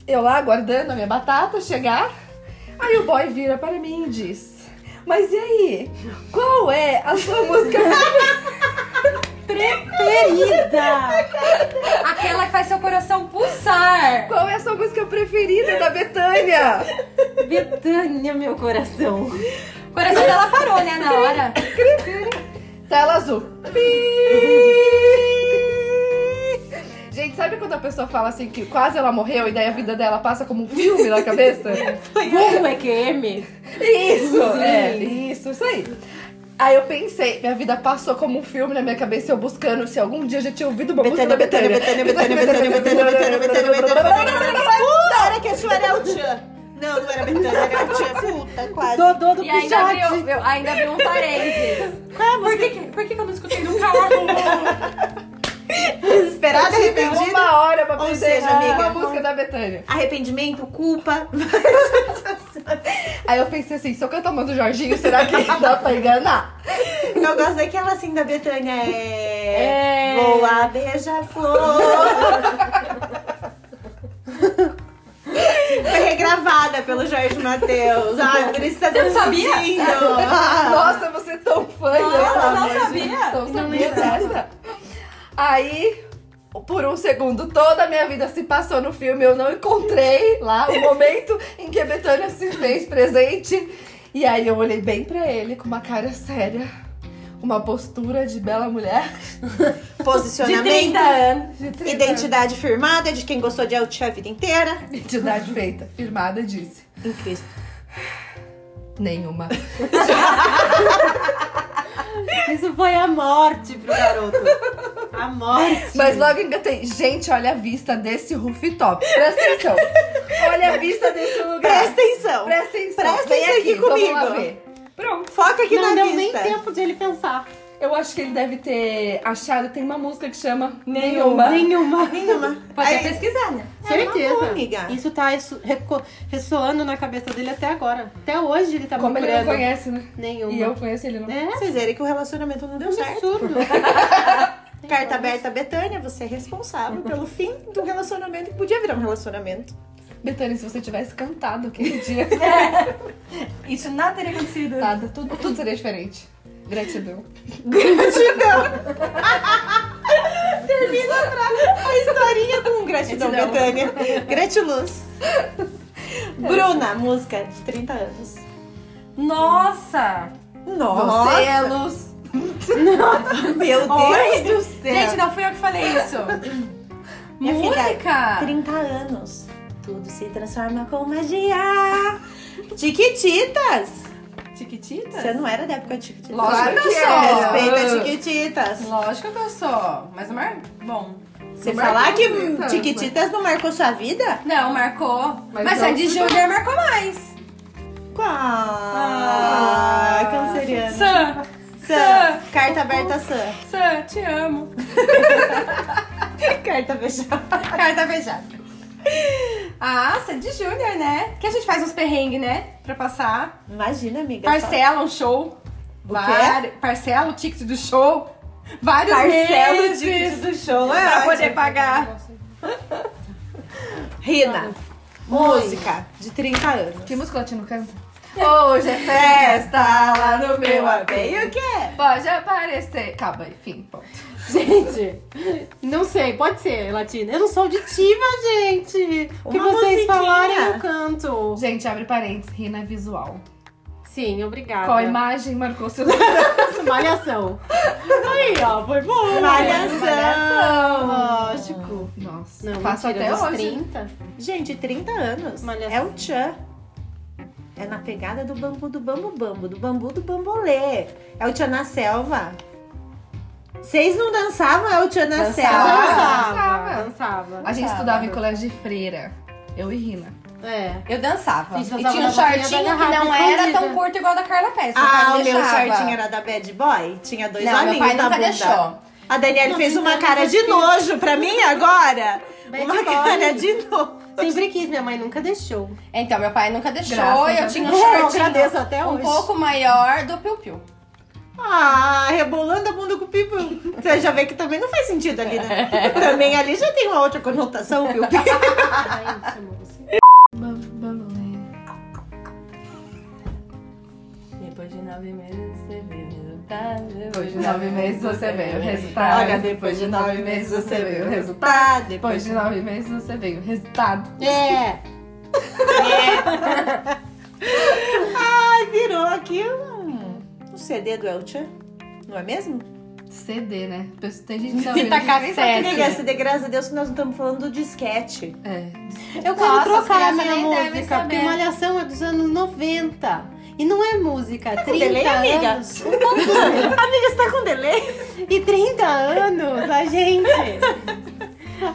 S3: eu lá guardando a minha batata chegar, aí o boy vira para mim e diz: Mas e aí? Qual é a sua música?
S5: Querida!
S7: Aquela que faz seu coração pulsar.
S3: Qual é a sua música preferida da Betânia?
S5: Betânia, meu coração.
S7: O coração dela parou, né, na hora.
S3: Tela azul. Pi! Gente, sabe quando a pessoa fala assim que quase ela morreu e daí a vida dela passa como um filme na cabeça?
S5: Vulgo EQM.
S3: Isso! É, isso, isso aí. Aí eu pensei, minha vida passou como um filme na minha cabeça, eu buscando se algum dia eu já tinha ouvido uma música da
S1: Betânia, Betânia, Betânia, Betânia, Betânia, Betânia, Betânia, Betânia, Betânia. Puta, era que a senhora era o Tchan. Não, não era Betânia, era o Tchan. Puta, quase.
S5: Dodô do
S7: E ainda
S5: Pichote.
S7: abriu, eu- ainda abriu um parênteses. Por que, que- por que que eu não escutei nunca algo?
S1: Desesperada,
S3: Pegou
S1: arrependida.
S3: uma hora pra
S1: Ou
S3: pensar "Ah,
S1: seja, amiga,
S3: uma
S1: não-
S3: música da Betânia.
S1: Arrependimento, culpa.
S3: Aí eu pensei assim, se eu cantar uma do Jorginho, será que dá pra enganar?
S1: Eu gosto daquela assim da Betânia. É.
S7: É.
S1: Vou lá, beija-flor. Foi regravada pelo Jorge Matheus. Ai, por isso tá
S7: Você não sabia?
S1: confundindo. Ah.
S3: Nossa, você é tão fã
S7: Nossa,
S3: dela.
S7: não
S3: Não
S7: sabia.
S3: sabia dessa. Aí Por um segundo, toda a minha vida se passou no filme. Eu não encontrei lá o momento em que a Betânia se fez presente. E aí eu olhei bem pra ele com uma cara séria, uma postura de bela mulher.
S1: Posicionamento.
S7: anos.
S3: De 30
S1: Identidade firmada de quem gostou de Eltch a vida inteira.
S3: Identidade feita, firmada, disse.
S1: Em Cristo.
S3: Nenhuma.
S5: Isso foi a morte pro garoto. A morte.
S3: Mas logo engatei. Gente, olha a vista desse rooftop. Presta atenção. Olha a vista desse lugar.
S1: Presta atenção.
S5: Então,
S3: Presta atenção.
S1: Presta
S3: Vem
S1: atenção aqui
S3: vamos lá
S1: comigo.
S3: ver. Pronto.
S1: Foca aqui
S5: não
S1: na
S5: deu nem
S1: vista.
S5: tempo de ele pensar.
S3: Eu acho que ele deve ter achado. Tem uma música que chama
S5: Nenhuma. Nenhuma.
S1: Nenhuma.
S7: Pode
S1: Aí,
S7: até pesquisar, né?
S5: Certeza.
S1: boa, amiga.
S5: Isso tá resso- reco- ressoando na cabeça dele até agora. Até hoje ele tá
S3: Como ele não
S5: procurando.
S3: conhece, né?
S5: Nenhuma.
S3: E eu conheço ele né? não.
S5: É,
S1: Vocês verem que o relacionamento não deu
S5: um
S1: certo.
S5: absurdo.
S1: Carta aberta, Betânia, você é responsável pelo fim do relacionamento que podia virar um relacionamento.
S3: Betânia, se você tivesse cantado aquele dia,
S7: Isso nada teria acontecido.
S3: nada, tudo, tudo seria diferente. Gratidão.
S1: Gratidão! Termina a, a historinha com gratidão, Betânia. Gratiluz. Bruna, música de 30 anos.
S7: Nossa! é
S3: Celos.
S1: Meu
S7: Oi.
S1: Deus do céu!
S7: Gente, não fui eu que falei isso.
S1: Minha filha,
S7: Música!
S1: 30 anos. Tudo se transforma com magia. Tiquititas!
S7: Tiquitita?
S1: Você não era da época de Tiquititas?
S3: Claro
S7: Lógico que
S3: que
S7: eu
S3: é.
S7: sou.
S1: Respeita Tiquititas.
S7: Lógico que eu sou. Mas não mar... Bom.
S1: Você
S3: Não
S1: falar
S3: marcou
S1: que
S3: tanto.
S1: Tiquititas não marcou sua vida?
S7: Não, marcou.
S3: Mas
S7: Mas,
S3: não
S7: Sandy
S3: tudo.
S7: Júnior marcou mais.
S1: Qual? Ah, canceriano.
S7: Sam,
S1: Sam. Carta aberta, Sam.
S7: Sam, te amo.
S1: Carta fechada.
S7: Carta beijada. Ah, Sandy Júnior, né? Que a gente faz uns perrengues, né? Pra passar.
S1: Imagina, amiga.
S7: Parcela um show.
S1: O
S7: Vari- Parcela o ticket do show. Vários
S1: Parcela o
S7: meses
S1: ticket do show, é
S7: Pra
S1: ótimo.
S7: poder pagar.
S1: só- Rina. Música de 30 anos.
S3: Que música latina canta?
S7: Hoje é festa lá no meu AP.
S1: E o quê?
S3: Pode aparecer. Acaba, enfim. Bom.
S5: Gente, não sei, pode ser latina. Eu não sou auditiva, gente. O que
S1: Uma
S5: vocês
S1: musiquinha.
S5: falarem eu canto.
S3: Gente, abre parênteses. Rina é visual.
S5: Sim, obrigada.
S3: Qual é imagem marcou seu
S5: Malhação. Aí, ó, foi bom.
S1: Malhação.
S5: Lógico.
S3: Nossa,
S5: Não,
S3: faço
S5: mentira,
S3: até
S5: dos
S3: hoje.
S5: 30.
S1: Gente, 30 anos.
S5: Malhação.
S1: É o tchan. É na pegada do bambu do bambu bambu, do bambu do bambolê. É o tchan na selva. Vocês não dançavam é o tchan na selva?
S5: Dançava,
S3: dançava.
S5: dançava.
S3: A gente estudava em colégio de freira. Eu e Rina.
S5: É.
S7: Eu dançava.
S5: Gente,
S7: e
S5: dançava
S7: tinha um
S5: na boquinha
S7: shortinho
S5: da
S7: que não
S5: garrafa
S7: era
S5: escondida.
S7: tão curto igual da Carla Pérez.
S1: Ah, o meu
S7: deixava.
S1: shortinho era da Bad Boy? Tinha dois
S7: Não,
S1: olhinhos
S7: meu pai
S1: na
S7: nunca
S1: bunda.
S7: deixou.
S1: A Daniela
S5: Não,
S1: fez uma
S5: então
S1: cara
S5: eu
S1: de
S5: fiz.
S1: nojo pra mim agora.
S5: Bad
S1: uma
S5: boy.
S1: cara de nojo.
S5: Sempre quis, minha mãe nunca deixou.
S7: Então, meu pai nunca deixou.
S3: Graças
S7: E
S3: a
S7: eu tinha um
S1: Deus. Eu agradeço
S7: shortinho
S1: até
S7: um
S1: hoje.
S7: pouco maior do Piu Piu.
S1: Ah, rebolando a bunda com o pipo. Você já vê que também não faz sentido ali, né? também ali já tem uma outra conotação, viu?
S5: Ai, chamou você.
S7: Depois de nove meses você vê né? Tá, o resultado.
S3: Depois de nove meses você vê o resultado.
S1: Olha, depois de nove meses você vê o resultado.
S3: Depois de nove meses você vê o resultado.
S5: É.
S1: Ai, virou aqui um, um CD do Elcha. Não é mesmo?
S3: CD, né? Pessoa- Tem gente que tá ouvindo.
S5: Fita
S3: que nem sabe
S5: cassete.
S3: o que
S1: Amiga, CD, graças a Deus que nós não estamos falando do disquete.
S3: é. É.
S5: Eu quero
S7: Nossa, as
S5: trocar a
S7: crianças
S5: minha
S7: nem devem
S5: música, porque
S7: saber.
S5: Malhação é dos anos 90. E não é música, 30
S1: delay, amiga?
S5: anos. Um pouquinho.
S1: Amiga, você tá com delay?
S5: E 30 anos, a gente.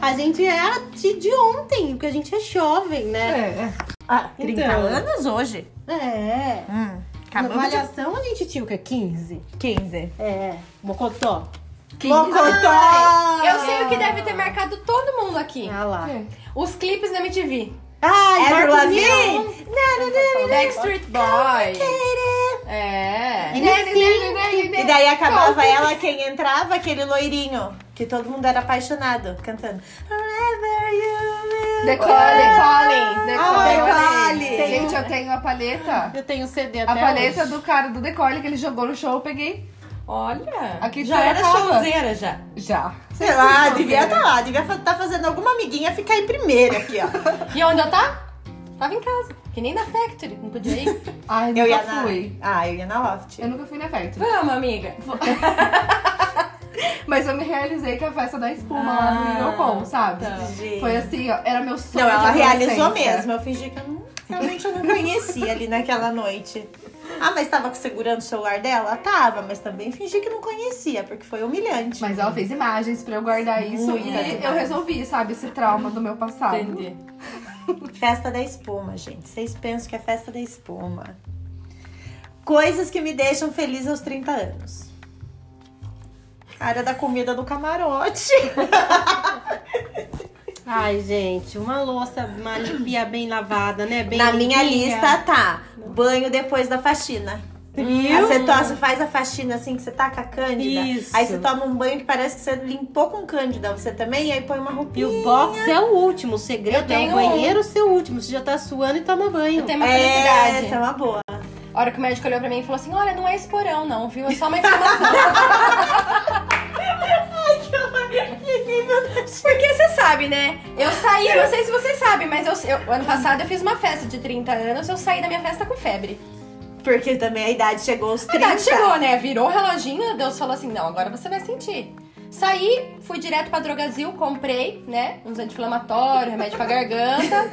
S5: A gente era de de ontem, porque a gente é jovem, né?
S3: é.
S1: Ah, 30
S5: Então.
S1: anos hoje?
S5: É.
S1: Hum,
S5: Na
S1: acabamos de...
S5: Malhação a gente tinha o quê? 15?
S1: 15.
S5: É. Mocotó.
S1: Mocotó!
S7: Eu sei o que deve ter marcado todo mundo aqui.
S5: Ah lá.
S3: é.
S7: Os clipes na MTV.
S5: Ai,
S1: Avril
S5: Marcos
S1: Lavigne?
S5: Mion.
S7: Backstreet Boys. É.
S5: E assim,
S1: E daí acabava ela, quem entrava, aquele loirinho. Que todo mundo era apaixonado, cantando. Forever you will.
S3: The Calling. The
S1: Ai,
S3: Calling.
S1: Calling.
S3: Gente, eu tenho a palheta.
S5: eu tenho CD até
S3: A paleta
S5: hoje.
S3: do cara do Decole que ele jogou no show, eu peguei.
S7: Olha.
S4: Aqui de
S1: Já era
S4: Sorocaba.
S1: showzeira já.
S4: Já.
S1: Sei lá,
S3: né?
S1: devia estar lá, devia estar fazendo alguma amiguinha ficar em primeiro aqui, ó.
S7: E onde eu tá? Tava em casa. Que nem na Factory. Não podia ir.
S3: Ai,
S1: Eu ia
S3: nunca fui.
S1: na. Ah, eu ia na Loft.
S3: Eu nunca fui na festa.
S7: Vamos, amiga.
S3: Mas eu me realizei com a festa da espuma lá
S7: Ah,
S3: no Minocon, sabe?
S1: Gente.
S3: Foi assim, ó, era meu sonho.
S1: Não, ela
S3: de
S1: realizou
S3: adolescência.
S1: mesmo. Eu fingi que eu não, realmente eu não conhecia ali naquela noite. Ah, mas tava segurando o celular dela? Tava, mas também fingi que não conhecia, porque foi humilhante.
S3: Mas ela fez imagens pra eu guardar isso
S1: Muitas
S3: e
S1: imagens.
S3: eu resolvi, sabe, esse trauma do meu passado.
S7: Entendi.
S1: Festa da espuma, gente. Vocês pensam que é festa da espuma. Coisas que me deixam feliz aos 30 anos. A área da comida do camarote.
S5: Ai, gente, uma louça uma limpia bem lavada, né? Bem
S1: Na minha
S5: limpinha.
S1: lista tá banho depois da faxina. Aí Você, to- você faz a faxina assim que você tá com a cândida.
S5: Isso.
S1: Aí você toma um banho que parece que você limpou com cândida. Você também, e aí põe uma
S5: E
S1: roupinha.
S5: o box é o último, o segredo é o
S7: tenho
S5: banheiro ser o último. Você já tá suando e toma banho.
S7: Eu tenho uma
S1: É,
S7: felicidade.
S1: essa é uma boa.
S7: A hora que o médico olhou pra mim e falou assim: Olha, não é esporão, não, viu? É só uma inflamação. Porque você sabe, né? Eu saí, eu não sei se vocês sabem, mas eu, eu- ano passado eu fiz uma festa de 30 anos, eu saí da minha festa com febre.
S1: Porque também a idade chegou aos
S7: A
S1: 30.
S7: idade chegou, né? Virou o reloginho, Deus falou assim: Não, agora você vai sentir. Saí, fui direto pra Drogazil, comprei, né? Uns anti-inflamatórios, remédio pra garganta.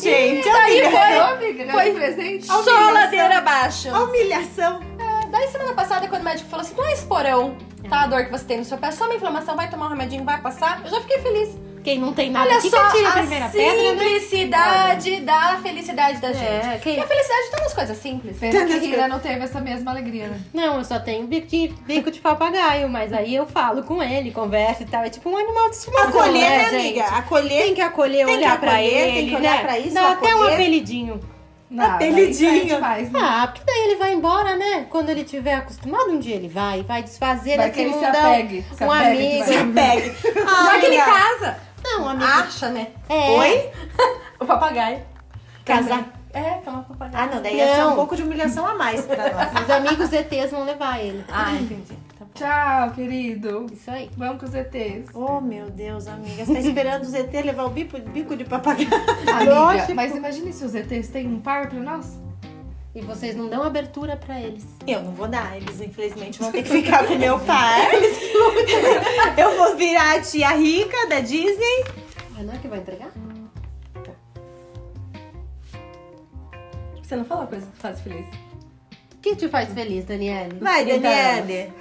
S1: Gente,
S7: Daí
S1: olha.
S3: Ô,
S7: foi
S3: amiga,
S7: Foi- Tá
S3: foi presente?
S7: só ladeira abaixo.
S1: A humilhação.
S7: Ah, Daí semana passada, quando o médico falou assim, não é esporão, tá? A dor que você tem no seu pé, só uma inflamação, vai tomar um remedinho, vai passar. Eu já fiquei feliz.
S5: Quem não tem nada
S7: Olha
S5: aqui
S7: só
S5: que atira a
S7: a
S5: primeira pedra, né?
S7: simplicidade da felicidade da gente.
S5: É,
S7: E
S5: quem...
S7: a felicidade tá nas coisas simples.
S3: Pena que Rina não teve essa mesma alegria, né?
S5: Não, eu só tenho bico de, bico de papagaio, mas aí eu falo com ele, converso e tal. É tipo um animal de estimação,
S1: Acolher, né,
S5: né, gente?
S1: amiga? Acolher.
S5: Tem que acolher,
S1: Tem que
S5: olhar pra
S1: acolher,
S5: ele,
S1: tem que olhar
S5: né?
S1: pra isso,
S5: Dá até um
S1: acolher.
S5: apelidinho.
S3: Nada,
S1: Apelidinho.
S3: isso aí demais, né?
S5: Ah, porque daí ele vai embora, né? Quando ele tiver acostumado, um dia ele vai, vai desfazer
S3: Vai que
S5: esse
S3: ele se
S5: mundão.
S3: apegue. Se
S5: um
S3: apegue que
S5: amigo.
S3: vai-
S1: Se pegue.
S7: Só que ele
S1: Olha.
S7: casa.
S5: Não, amigo.
S7: Acha, né?
S5: é,
S1: Oi?
S7: O papagaio.
S5: Casar.
S7: É, toma o papagaio.
S1: Ah, não, daí ia ser
S5: Não.
S1: um pouco de humilhação a mais pra nós.
S5: Os amigos ETs vão levar ele.
S7: Ah, entendi. Tá bom.
S3: Tchau, querido.
S5: Isso aí.
S3: Vamos com os ETs.
S1: Oh, meu Deus, amiga. Você tá esperando o ZT levar o bico, bico de papagaio?
S3: Amiga,
S1: Lógico.
S3: mas imagine se os ETs têm um par pra nós.
S5: E vocês não dão abertura pra eles.
S1: Eu não vou dar, eles infelizmente vão ter que ficar com meu pai. Eles que vão ter- Eu vou virar a tia rica da Disney.
S5: Ah, não é que vai entregar?
S7: Você não falou coisa que faz feliz.
S5: O que te faz feliz, Daniele?
S1: Vai,
S5: 30
S1: Daniele.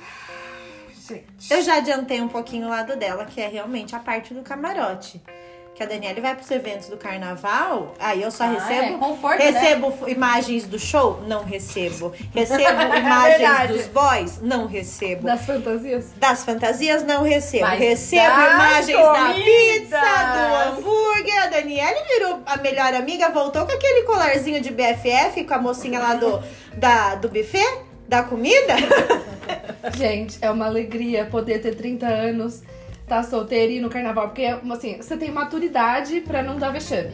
S3: Gente.
S1: Eu já adiantei um pouquinho o lado dela, que é realmente a parte do camarote. Que a Daniele vai pros eventos do carnaval, aí eu só
S7: Ah,
S1: recebo.
S7: é conforto, né?
S1: recebo f- imagens do show? Não recebo. Recebo imagens
S7: É verdade.
S1: dos boys? Não recebo.
S3: Das fantasias?
S1: Das fantasias não recebo.
S7: Mas
S1: recebo
S7: das
S1: imagens da
S7: comidas.
S1: pizza, do hambúrguer. A Daniele virou a melhor amiga, voltou com aquele colarzinho de BFF com a mocinha lá do, da, do buffet, da comida.
S3: Gente, é uma alegria poder ter 30 anos, tá solteira e ir no carnaval. Porque, assim, você tem maturidade pra não dar vexame.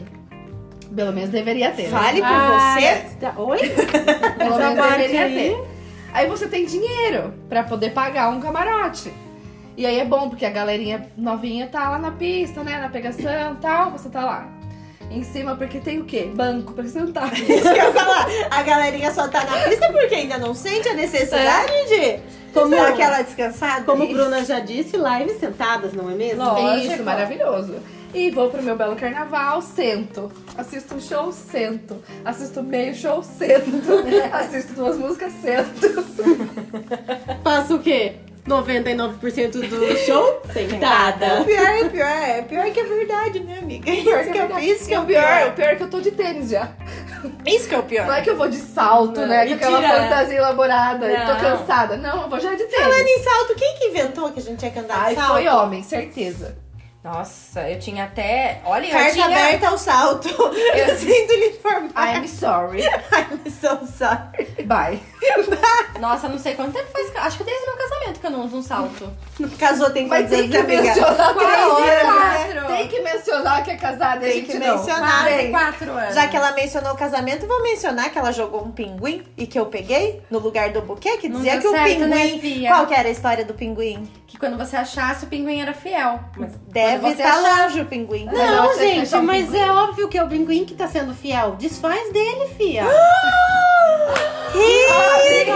S3: Pelo menos deveria ter. né?
S1: Fale por você.
S5: Tá- Oi?
S3: Pelo
S5: Essa
S3: menos
S5: parte
S3: deveria
S5: aí.
S3: ter. Aí você tem dinheiro pra poder pagar um camarote. E aí é bom, porque a galerinha novinha tá lá na pista, né? Na pegação e tal, você tá lá. Em cima, porque tem o quê? Banco pra sentar.
S1: Isso que eu ia falar. A galerinha só tá na pista porque ainda não sente a necessidade de
S5: Como-
S1: dar aquela descansada.
S5: Como Bruna já disse, live sentadas, não é mesmo?
S7: Lógico.
S3: Isso, maravilhoso. E vou pro meu belo carnaval, sento. Assisto um show, sento. Assisto meio show, sento. Assisto duas músicas, sento.
S5: Passa o quê? 99% do show sentada.
S1: O pior é o pior, é o pior que é verdade, né, amiga? Isso que é, o- isso que é o
S3: Pior, o
S1: pior.
S3: pior é que eu tô de tênis já.
S1: Isso que é o
S3: Não
S1: pior.
S3: é que eu vou de salto, né? Com aquela
S7: Mentira.
S3: fantasia elaborada. e Tô
S7: Não.
S3: cansada. Não, eu vou já de
S1: Falando
S3: tênis.
S1: em salto, quem que inventou que a gente tinha que andar
S3: Ai,
S1: de salto?
S3: foi homem, certeza.
S7: Nossa, eu tinha até. Olha, eu
S1: Carta
S7: tinha.
S1: aberta ao salto. Eu sinto lhe informar.
S3: I'm sorry.
S1: Ai, me sou sorry.
S3: Bye.
S7: Nossa, não sei quanto tempo faz. Acho que desde o meu casamento. tempo que eu não uso um salto.
S1: Casou tem
S3: Mas
S1: quantos
S3: tem
S1: anos,
S3: que
S1: amiga?
S3: mencionar
S1: horas,
S3: né? Tem que mencionar que é casada, a
S1: Tem
S3: gente
S1: que
S3: não.
S1: mencionar,
S3: Tem.
S1: hein?
S7: Ah, Quatro anos.
S1: Ah, Já que ela mencionou o casamento, vou mencionar que ela jogou um pinguim e que eu peguei no lugar do buquê, que
S7: Não
S1: dizia
S7: deu
S1: que o
S7: certo, né,
S1: pinguim.
S7: Fia?
S1: Qual que era a história do pinguim?
S7: Que quando você achasse, o pinguim era fiel. Mas
S1: Deve
S7: quando você
S1: estar
S7: achar-
S1: longe o pinguim.
S5: Não,
S3: você quer
S5: gente,
S3: achar um
S5: mas é óbvio que é o pinguim que tá sendo fiel. Desfaz dele, fia.
S7: Menina,
S1: Rica!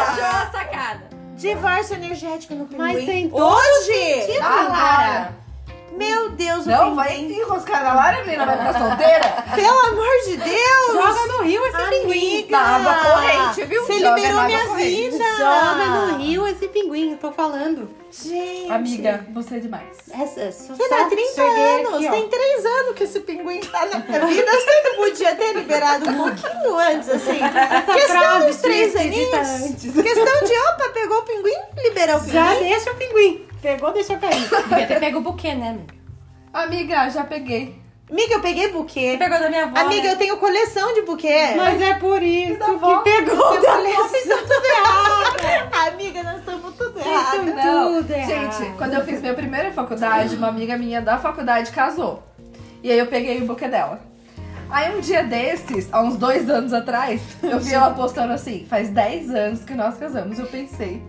S7: achou a sacada.
S1: Divórcio energético no pinguim.
S5: Mas tem todo
S1: Hoje?
S7: A Lara.
S1: Meu Deus, o
S3: Não,
S1: pinguim.
S3: vai enroscar na Lara, menina, vai ficar solteira.
S1: Pelo amor de Deus!
S5: Joga no rio esse pinguim.
S1: Amiga!
S3: água corrente, viu?
S1: Você
S3: Joga
S1: liberou
S3: na água
S1: minha
S3: corrente.
S1: vida!
S5: Joga no rio esse pinguim, eu tô falando.
S1: Gente!
S3: Amiga, você é demais.
S5: Essa, só,
S1: Você dá
S5: só
S1: 30
S5: cheguei
S1: anos,
S5: aqui, ó.
S1: tem 3 anos que esse pinguim tá na minha vida. Você não podia ter liberado um pouquinho antes, assim. Questão
S5: frase
S1: dos 3
S5: tinha que ter
S1: aninhos. Questão de, opa, pegou o pinguim, liberou o pinguim.
S5: Já deixa o pinguim. Pegou, deixa cair.
S7: Devia ter pego o buquê, né, amiga?
S3: Amiga, já peguei.
S1: Amiga, eu peguei
S7: Você
S1: buquê.
S7: pegou da minha avó.
S1: Amiga,
S7: né?
S1: eu tenho coleção de buquê.
S5: Mas é por isso
S3: Tá bom.
S5: que pegou da
S3: assim,
S1: Coleção tudo errado. Amiga, nós estamos tudo errado.
S3: Não.
S5: Tudo errado.
S3: Gente, quando eu fiz minha primeira faculdade, uma amiga minha da faculdade casou. E aí eu peguei o buquê dela. Aí um dia desses, há uns dois anos atrás, eu vi ela postando assim, faz 10 anos que nós casamos. Eu pensei,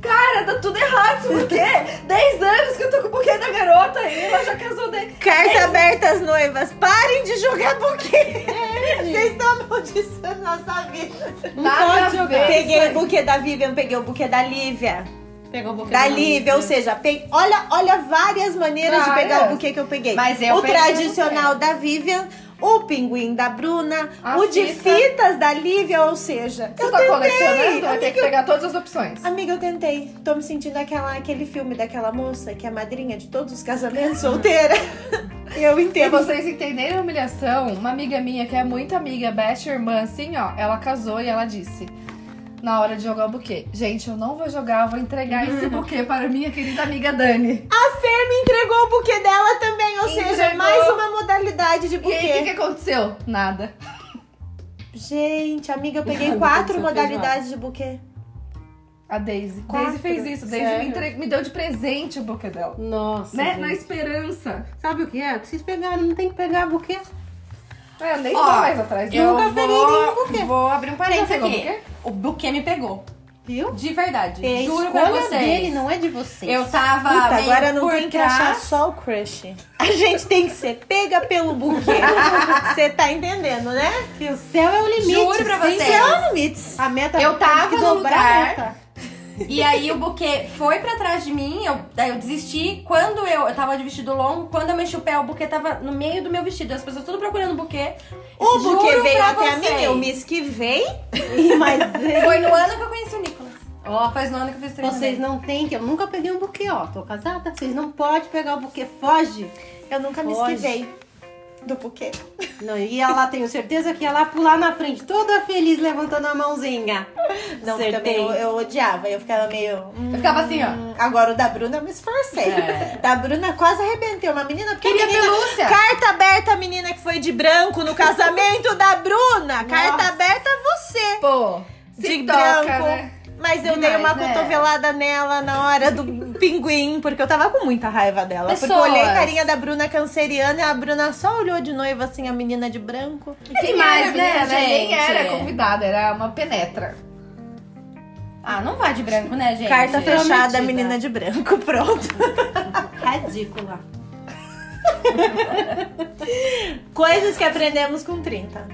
S3: cara, tá tudo errado esse buquê. 10 anos que eu tô com o buquê da garota e ela já casou dele.
S1: Carta aberta às noivas. Parem de jogar buquê.
S3: É,
S1: Vocês estão amaldiçoando nossa vida.
S3: Nada a ver.
S1: Peguei o buquê da Vivian, peguei o buquê da Lívia.
S5: Pegou o buquê
S1: da
S5: da
S1: Lívia, ou seja, pe- olha, olha várias maneiras de
S3: Várias.
S1: pegar o buquê que eu peguei.
S7: Mas eu
S1: o
S7: peguei
S1: tradicional da Vivian, o pinguim da Bruna,
S3: A
S1: o de
S3: fita.
S1: fitas da Lívia, ou seja,
S3: Você
S1: eu
S3: tá
S1: tentei.
S3: colecionando? Vai ter
S1: amiga,
S3: que pegar todas as opções.
S1: amiga, eu tentei. Tô me sentindo aquela, aquele filme daquela moça que é a madrinha de todos os casamentos solteira. eu
S3: Pra
S1: entendo.
S3: vocês entenderem a humilhação, uma amiga minha, que é muito amiga, best irmã, assim, ó, ela casou e ela disse. Na hora de jogar o buquê. Gente, eu não vou jogar, eu vou entregar esse buquê para minha querida amiga Dani.
S1: Me entregou o buquê dela também, ou seja, é
S3: Entregou.
S1: mais uma modalidade de
S3: E aí, o que, que
S1: buquê.
S3: aconteceu? Nada.
S1: Gente, amiga, eu peguei
S3: Nada,
S1: quatro
S3: você fez
S1: modalidades de buquê.
S3: A Daisy.
S1: Quatro?
S3: Daisy fez isso. Daisy me,
S1: Sério?
S3: entre- me deu de presente o buquê dela.
S5: Nossa.
S3: Né?
S5: gente.
S3: Na esperança.
S5: Sabe o que é? Vocês pegaram, não tem que pegar buquê.
S3: É, eu nem
S7: Ó,
S3: tô mais atrás.
S7: Eu
S3: dela.
S7: vou, vou abrir um parênteses
S3: Você pegou
S7: aqui.
S3: o buquê?
S7: O buquê me pegou.
S5: Viu?
S7: De verdade.
S1: É a
S7: Juro pra
S5: Olha
S7: vocês.
S5: dele, não é de vocês.
S7: Eu tava
S1: Puta,
S7: meio
S1: agora não
S7: por
S1: tem que
S7: trás.
S1: achar só o crush. A gente tem que ser pega pelo buquê. Você tá entendendo, né?
S5: Que o céu é o limite.
S7: Juro pra
S5: sim.
S7: vocês.
S1: Céu no limites.
S5: A meta
S7: Eu tava
S5: tem que
S7: no
S5: dobrar
S7: lugar.
S5: a meta.
S7: E aí o buquê foi pra trás de mim, eu, daí eu desisti. Quando eu, eu tava de vestido longo, quando eu mexi o pé, o buquê tava no meio do meu vestido. As pessoas tudo procurando o buquê.
S1: O
S7: Juro
S1: buquê veio
S7: pra
S1: até a
S7: vocês.
S1: mim, eu me esquivei.
S5: Ih, Mas é,
S7: Foi no ano que eu conheci o Nicolas. Ó, faz no ano que eu fiz
S5: Vocês
S7: treinamento.
S5: não têm, que eu nunca peguei um buquê, ó. Tô casada, vocês não podem pegar o buquê, foge.
S1: Eu nunca me
S5: Foge.
S1: esquivei do buquê.
S5: Não, e ela, tenho certeza que ia lá pular na frente, toda feliz, levantando a mãozinha.
S1: Não,
S5: Certei.
S1: também eu, eu odiava, eu ficava meio. hum,
S7: Eu ficava assim, ó.
S1: Agora o da Bruna eu me esforcei. Da Bruna quase arrebentei uma menina, porque
S3: É. Queria
S1: a menina.
S3: pelúcia.
S1: Carta aberta a menina que foi de branco no casamento da Bruna. Carta
S5: Nossa.
S1: aberta você.
S3: Pô, se
S1: de
S3: toca,
S1: branco.
S3: né?
S1: Mas eu dei
S3: Demais,
S1: uma
S3: né?
S1: cotovelada nela na hora do pinguim, porque eu tava com muita raiva dela. Porque eu olhei a
S7: Pessoas.
S1: carinha da Bruna canceriana e a Bruna só olhou de noiva assim, a menina de branco.
S3: E quem era,
S7: mais, né,
S3: menina? Já Nem
S7: gente?
S3: era convidada, era uma penetra.
S7: Ah, não vai de branco, né, gente?
S1: Carta fechada,
S5: metida.
S1: menina de branco, pronto.
S5: Ridícula.
S1: Coisas que aprendemos com 30.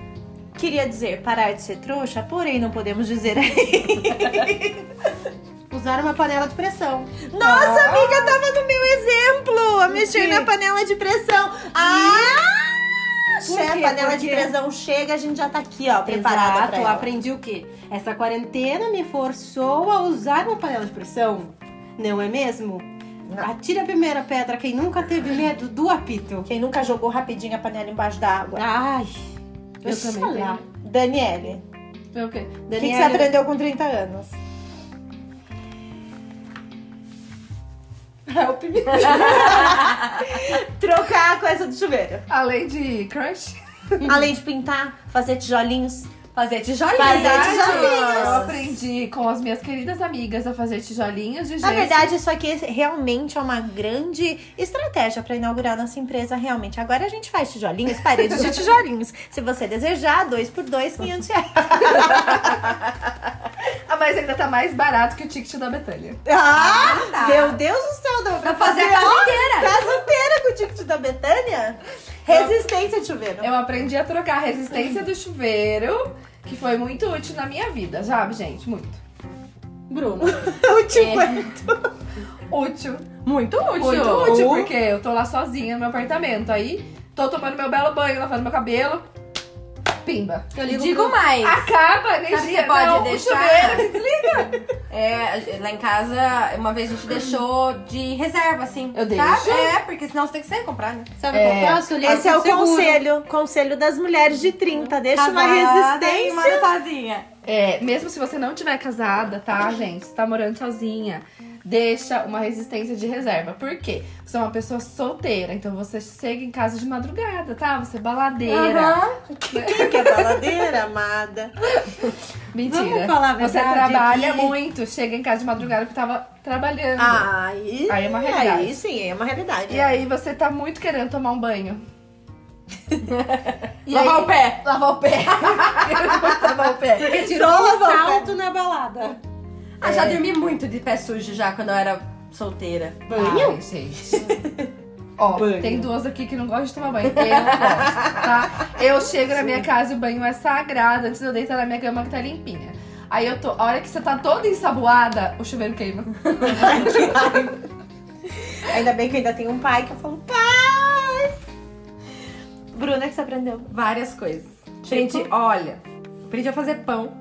S1: Queria dizer, parar de ser trouxa, porém não podemos dizer
S5: Usaram uma panela de pressão.
S1: Nossa, amiga, tava no meu exemplo! A mexer na panela de pressão. Ah!
S5: Por
S1: Che-
S5: quê?
S1: panela
S5: Por
S1: de
S5: quê?
S1: pressão chega, a gente já tá aqui, ó, preparada
S5: Exato,
S1: pra ela.
S5: aprendi o quê? Essa quarentena me forçou a usar uma panela de pressão. Não é mesmo? Atira a primeira pedra quem nunca teve medo do apito.
S1: Quem nunca jogou rapidinho a panela embaixo da água?
S5: Ai,
S3: Eu também
S5: Oxalá.
S1: Daniele,
S3: Eu o quê?
S1: o que, que você
S5: Daniela,
S1: aprendeu com 30 anos?
S3: Help me.
S1: Trocar a coisa do chuveiro.
S3: Além de crush.
S1: Além de pintar, fazer tijolinhos,
S7: Fazer
S1: É
S7: tijolinhos.
S8: Fazer
S7: Verdade.
S8: tijolinhos.
S3: Eu aprendi com as minhas queridas amigas a fazer tijolinhos de
S1: Na
S3: gesso.
S1: verdade, isso aqui realmente é uma grande estratégia para inaugurar nossa empresa realmente. Agora a gente faz tijolinhos, paredes de tijolinhos. Se você desejar, dois por dois, 500 reais.
S3: Ah, mas ainda tá mais barato que o ticket da Betânia.
S1: Ah,
S7: tá.
S1: meu Deus do céu, dá pra
S7: Pra fazer a casa inteira.
S1: casa inteira com o ticket da Betânia? Resistência de chuveiro.
S3: Eu aprendi a trocar a resistência do chuveiro, que foi muito útil na minha vida, sabe, gente? Muito.
S5: Bruno.
S1: O tipo,
S3: Útil.
S7: Muito útil. Uh.
S3: Muito útil, porque eu tô lá sozinha no meu apartamento. Aí tô tomando meu belo banho, lavando meu cabelo. Pimba.
S5: Eu
S7: E
S5: ligo
S7: digo
S5: pro-
S7: mais.
S3: Acaba a
S7: Sabe,
S3: energia.
S7: você pode
S3: não, o
S7: deixar.
S3: chuveiro.
S7: É, lá em casa, uma vez a gente deixou de reserva, assim.
S3: Eu
S7: Sabe?
S3: deixo.
S7: É, porque senão você tem que sair comprar, né?
S5: Sabe o que eu faço? Eu ligo
S1: Esse é
S5: pro
S1: o
S5: seguro.
S1: conselho. Conselho das mulheres de 30. Deixa uma
S7: Casada e
S1: resistência.
S7: mora sozinha.
S3: É, mesmo se você não tiver casada, tá, gente? Você tá morando sozinha, deixa uma resistência de reserva. Por quê? Você é uma pessoa solteira, então você chega em casa de madrugada, tá? Você é baladeira.
S7: Aham.
S8: Que é baladeira, amada.
S3: Mentira.
S5: Vamos falar a verdade
S3: você trabalha
S5: aqui. Ah.
S3: muito, chega em casa de madrugada porque tava trabalhando.
S8: Aí,
S3: Aí é uma realidade.
S8: Aí sim, é uma realidade.
S3: E aí você tá muito querendo tomar um banho. e
S7: Lavar
S3: aí,
S7: o pé. Lavar o pé. Lavar o
S1: É.
S7: pé.
S5: Tirou um salto na balada.
S7: Ah, já dormi muito de pé sujo já quando eu era solteira.
S3: Ai, gente. Ó,
S5: Banho.
S3: tem duas aqui que não gostam de tomar banho. Eu gosto, tá? Eu chego na minha casa e o banho é sagrado antes de eu deitar na minha cama que tá limpinha. Aí eu tô. A hora que você tá toda ensaboada, o chuveiro queima.
S8: Ainda bem que eu ainda tenho um pai que eu falo, pai! Bruna, que você aprendeu?
S7: Várias coisas. Gente, olha. Aprendi a fazer pão.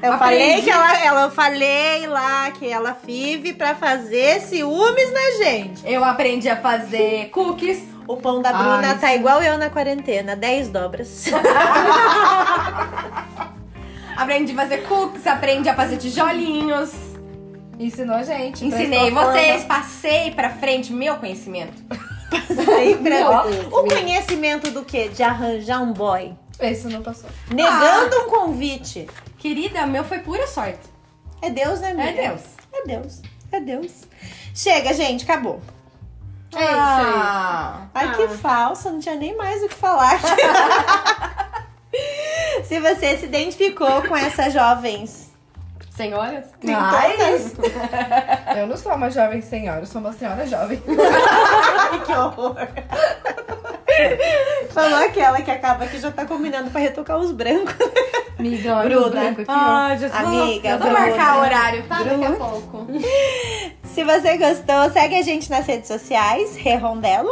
S1: Eu
S7: Aprendi.
S1: falei que ela, ela- eu falei lá que ela vive pra fazer ciúmes na gente.
S7: Eu aprendi a fazer cookies.
S1: O pão da
S3: Ai,
S1: Bruna tá
S3: sim.
S1: igual eu na quarentena, 10 dobras.
S7: Aprendi a fazer cookies. Aprendi a fazer tijolinhos.
S3: Ensinou a gente.
S7: Ensinei
S3: prestou
S7: vocês. Passei pra frente meu conhecimento.
S1: Aí
S7: é
S1: pra-
S3: Meu
S1: o conhecimento do quê? De arranjar um boy.
S3: forma. Esse não passou.
S1: Negando
S7: Ah.
S1: um convite.
S7: Querida, meu foi pura sorte.
S1: É Deus, né, amiga?
S7: É Deus.
S1: É Deus. É Deus. Chega, gente, acabou.
S5: É isso aí.
S7: Ah.
S1: Ai,
S5: Ah.
S1: que falsa, não tinha nem mais o que falar. se você se identificou com essas jovens
S7: Senhoras?
S1: trintonas,
S3: Eu não sou uma jovem senhora, eu sou uma senhora jovem.
S8: Ai, que horror.
S1: falou aquela que acaba que já tá combinando pra retocar os brancos.
S3: Amiga, olha
S1: Bruna.
S3: os brancos aqui, ó.
S7: Ai, Jesus.
S1: Amiga,
S7: eu vou marcar
S1: Bruna.
S7: o horário, tá? Daqui a
S1: Bruna.
S7: pouco.
S1: Se você gostou, segue a gente nas redes sociais, Rerondelo,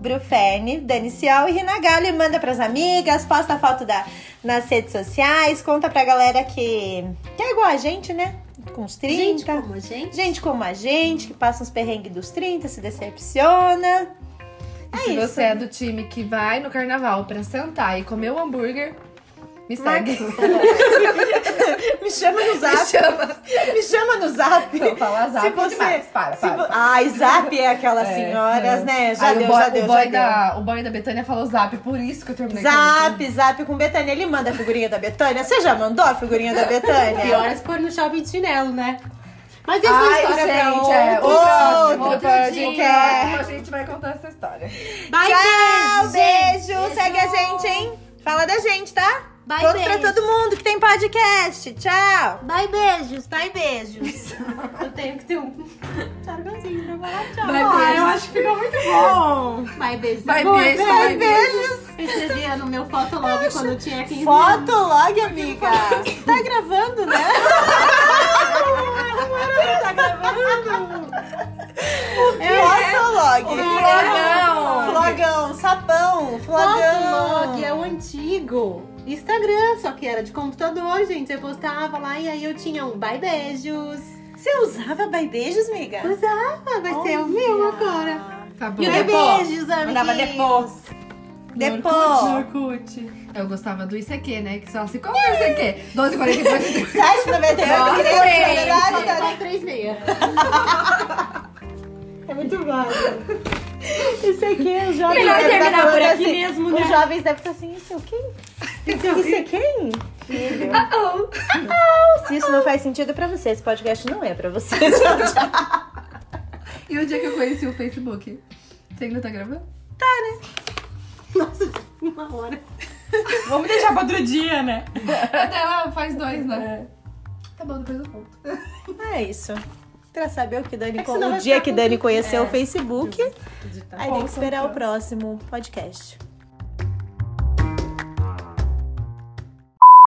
S1: Bruferne, Danicial e Rinagalho. E manda pras amigas, posta a foto da, nas redes sociais, conta pra galera que, que é igual a gente, né? Com uns 30.
S5: Gente, como a gente?
S1: Gente como a gente, que passa uns perrengues dos 30, se decepciona.
S3: E se você é do time que vai no carnaval pra sentar e comer um hambúrguer, me segue.
S1: Me chama no
S3: Me
S1: zap.
S3: chama.
S1: Me chama no zap.
S3: Não, fala zap
S1: Se você-
S3: demais. Para,
S1: Se
S3: para.
S1: vo- Ai, zap é aquelas
S3: É,
S1: senhoras,
S3: é.
S1: né? Já
S3: Aí
S1: deu,
S3: o boy,
S1: já deu,
S3: o boy
S1: já deu.
S3: da, O boy da Betânia falou zap, por isso que eu terminei com
S1: Zap, zap com Betânia. Ele manda a figurinha da Betânia. Você já mandou a figurinha da Betânia?
S5: Pior é se for no shopping de chinelo, né? Mas
S3: ele.
S5: isso é uma
S3: Ai,
S5: história pra
S3: gente,
S5: outro.
S3: é,
S1: outro-
S3: próximo,
S1: outro
S3: podcast.
S1: dia.
S3: A gente vai contar essa história.
S5: Bye,
S1: Tchau, beijo.
S5: Beijo.
S1: Segue a gente, hein? Fala da gente, tá?
S5: Bye,
S1: Conta
S5: beijo.
S1: pra todo mundo que tem podcast. Tchau.
S5: Bye, beijos. Bye, beijos. eu tenho que ter um jargãozinho pra falar tchau.
S3: Bye,
S5: Ah,
S3: beijos.
S5: Eu acho que ficou muito bom. Bye, beijos.
S3: Bye,
S5: Bom,
S3: beijo, bye, beijo.
S5: Recebi no meu foto logo quando eu tinha 15 anos.
S1: Foto log, amiga. Tá gravando, né? tá gravando. O Fotolog.
S7: Flogão.
S1: É Flogão, sapão, flogão.
S5: Fotolog é o antigo Instagram, só que era de computador, gente. Eu postava lá e aí eu tinha um bye beijos.
S1: Você usava by beijos, amiga?
S5: Ah, vai ser o meu agora.
S3: Tá bom.
S5: E bye beijos, amiga.
S7: Mandava depois.
S1: Depois.
S3: Eu gostava do ICQ, né? Que só assim, como é o ICQ? 12,
S1: 7,98.
S3: 42,
S7: Nossa,
S1: criança,
S7: gente.
S1: verdade.
S5: Vai três meia. É muito vago.
S1: Isso aqui, os jovens
S7: Melhor
S1: devem tá
S7: terminar
S1: falando
S7: por aqui
S1: assim,
S7: mesmo,
S1: Os jovens devem estar assim, isso é quem? Isso é quem? isso não faz sentido pra você, esse podcast não é pra Tá, você. gente.
S3: E o dia que eu conheci o Facebook? Você ainda tá gravando?
S1: né?
S5: Uma hora.
S9: Vamos deixar pra outro dia, né?
S3: Até lá faz dois, né? Tá bom, depois eu conto.
S1: é isso. Pra saber o que Dani.
S5: senão
S1: o
S5: vai
S1: dia
S5: ficar
S1: que
S5: com-
S1: Dani conheceu o Facebook, aí tem
S3: Volta
S1: que esperar o próximo podcast.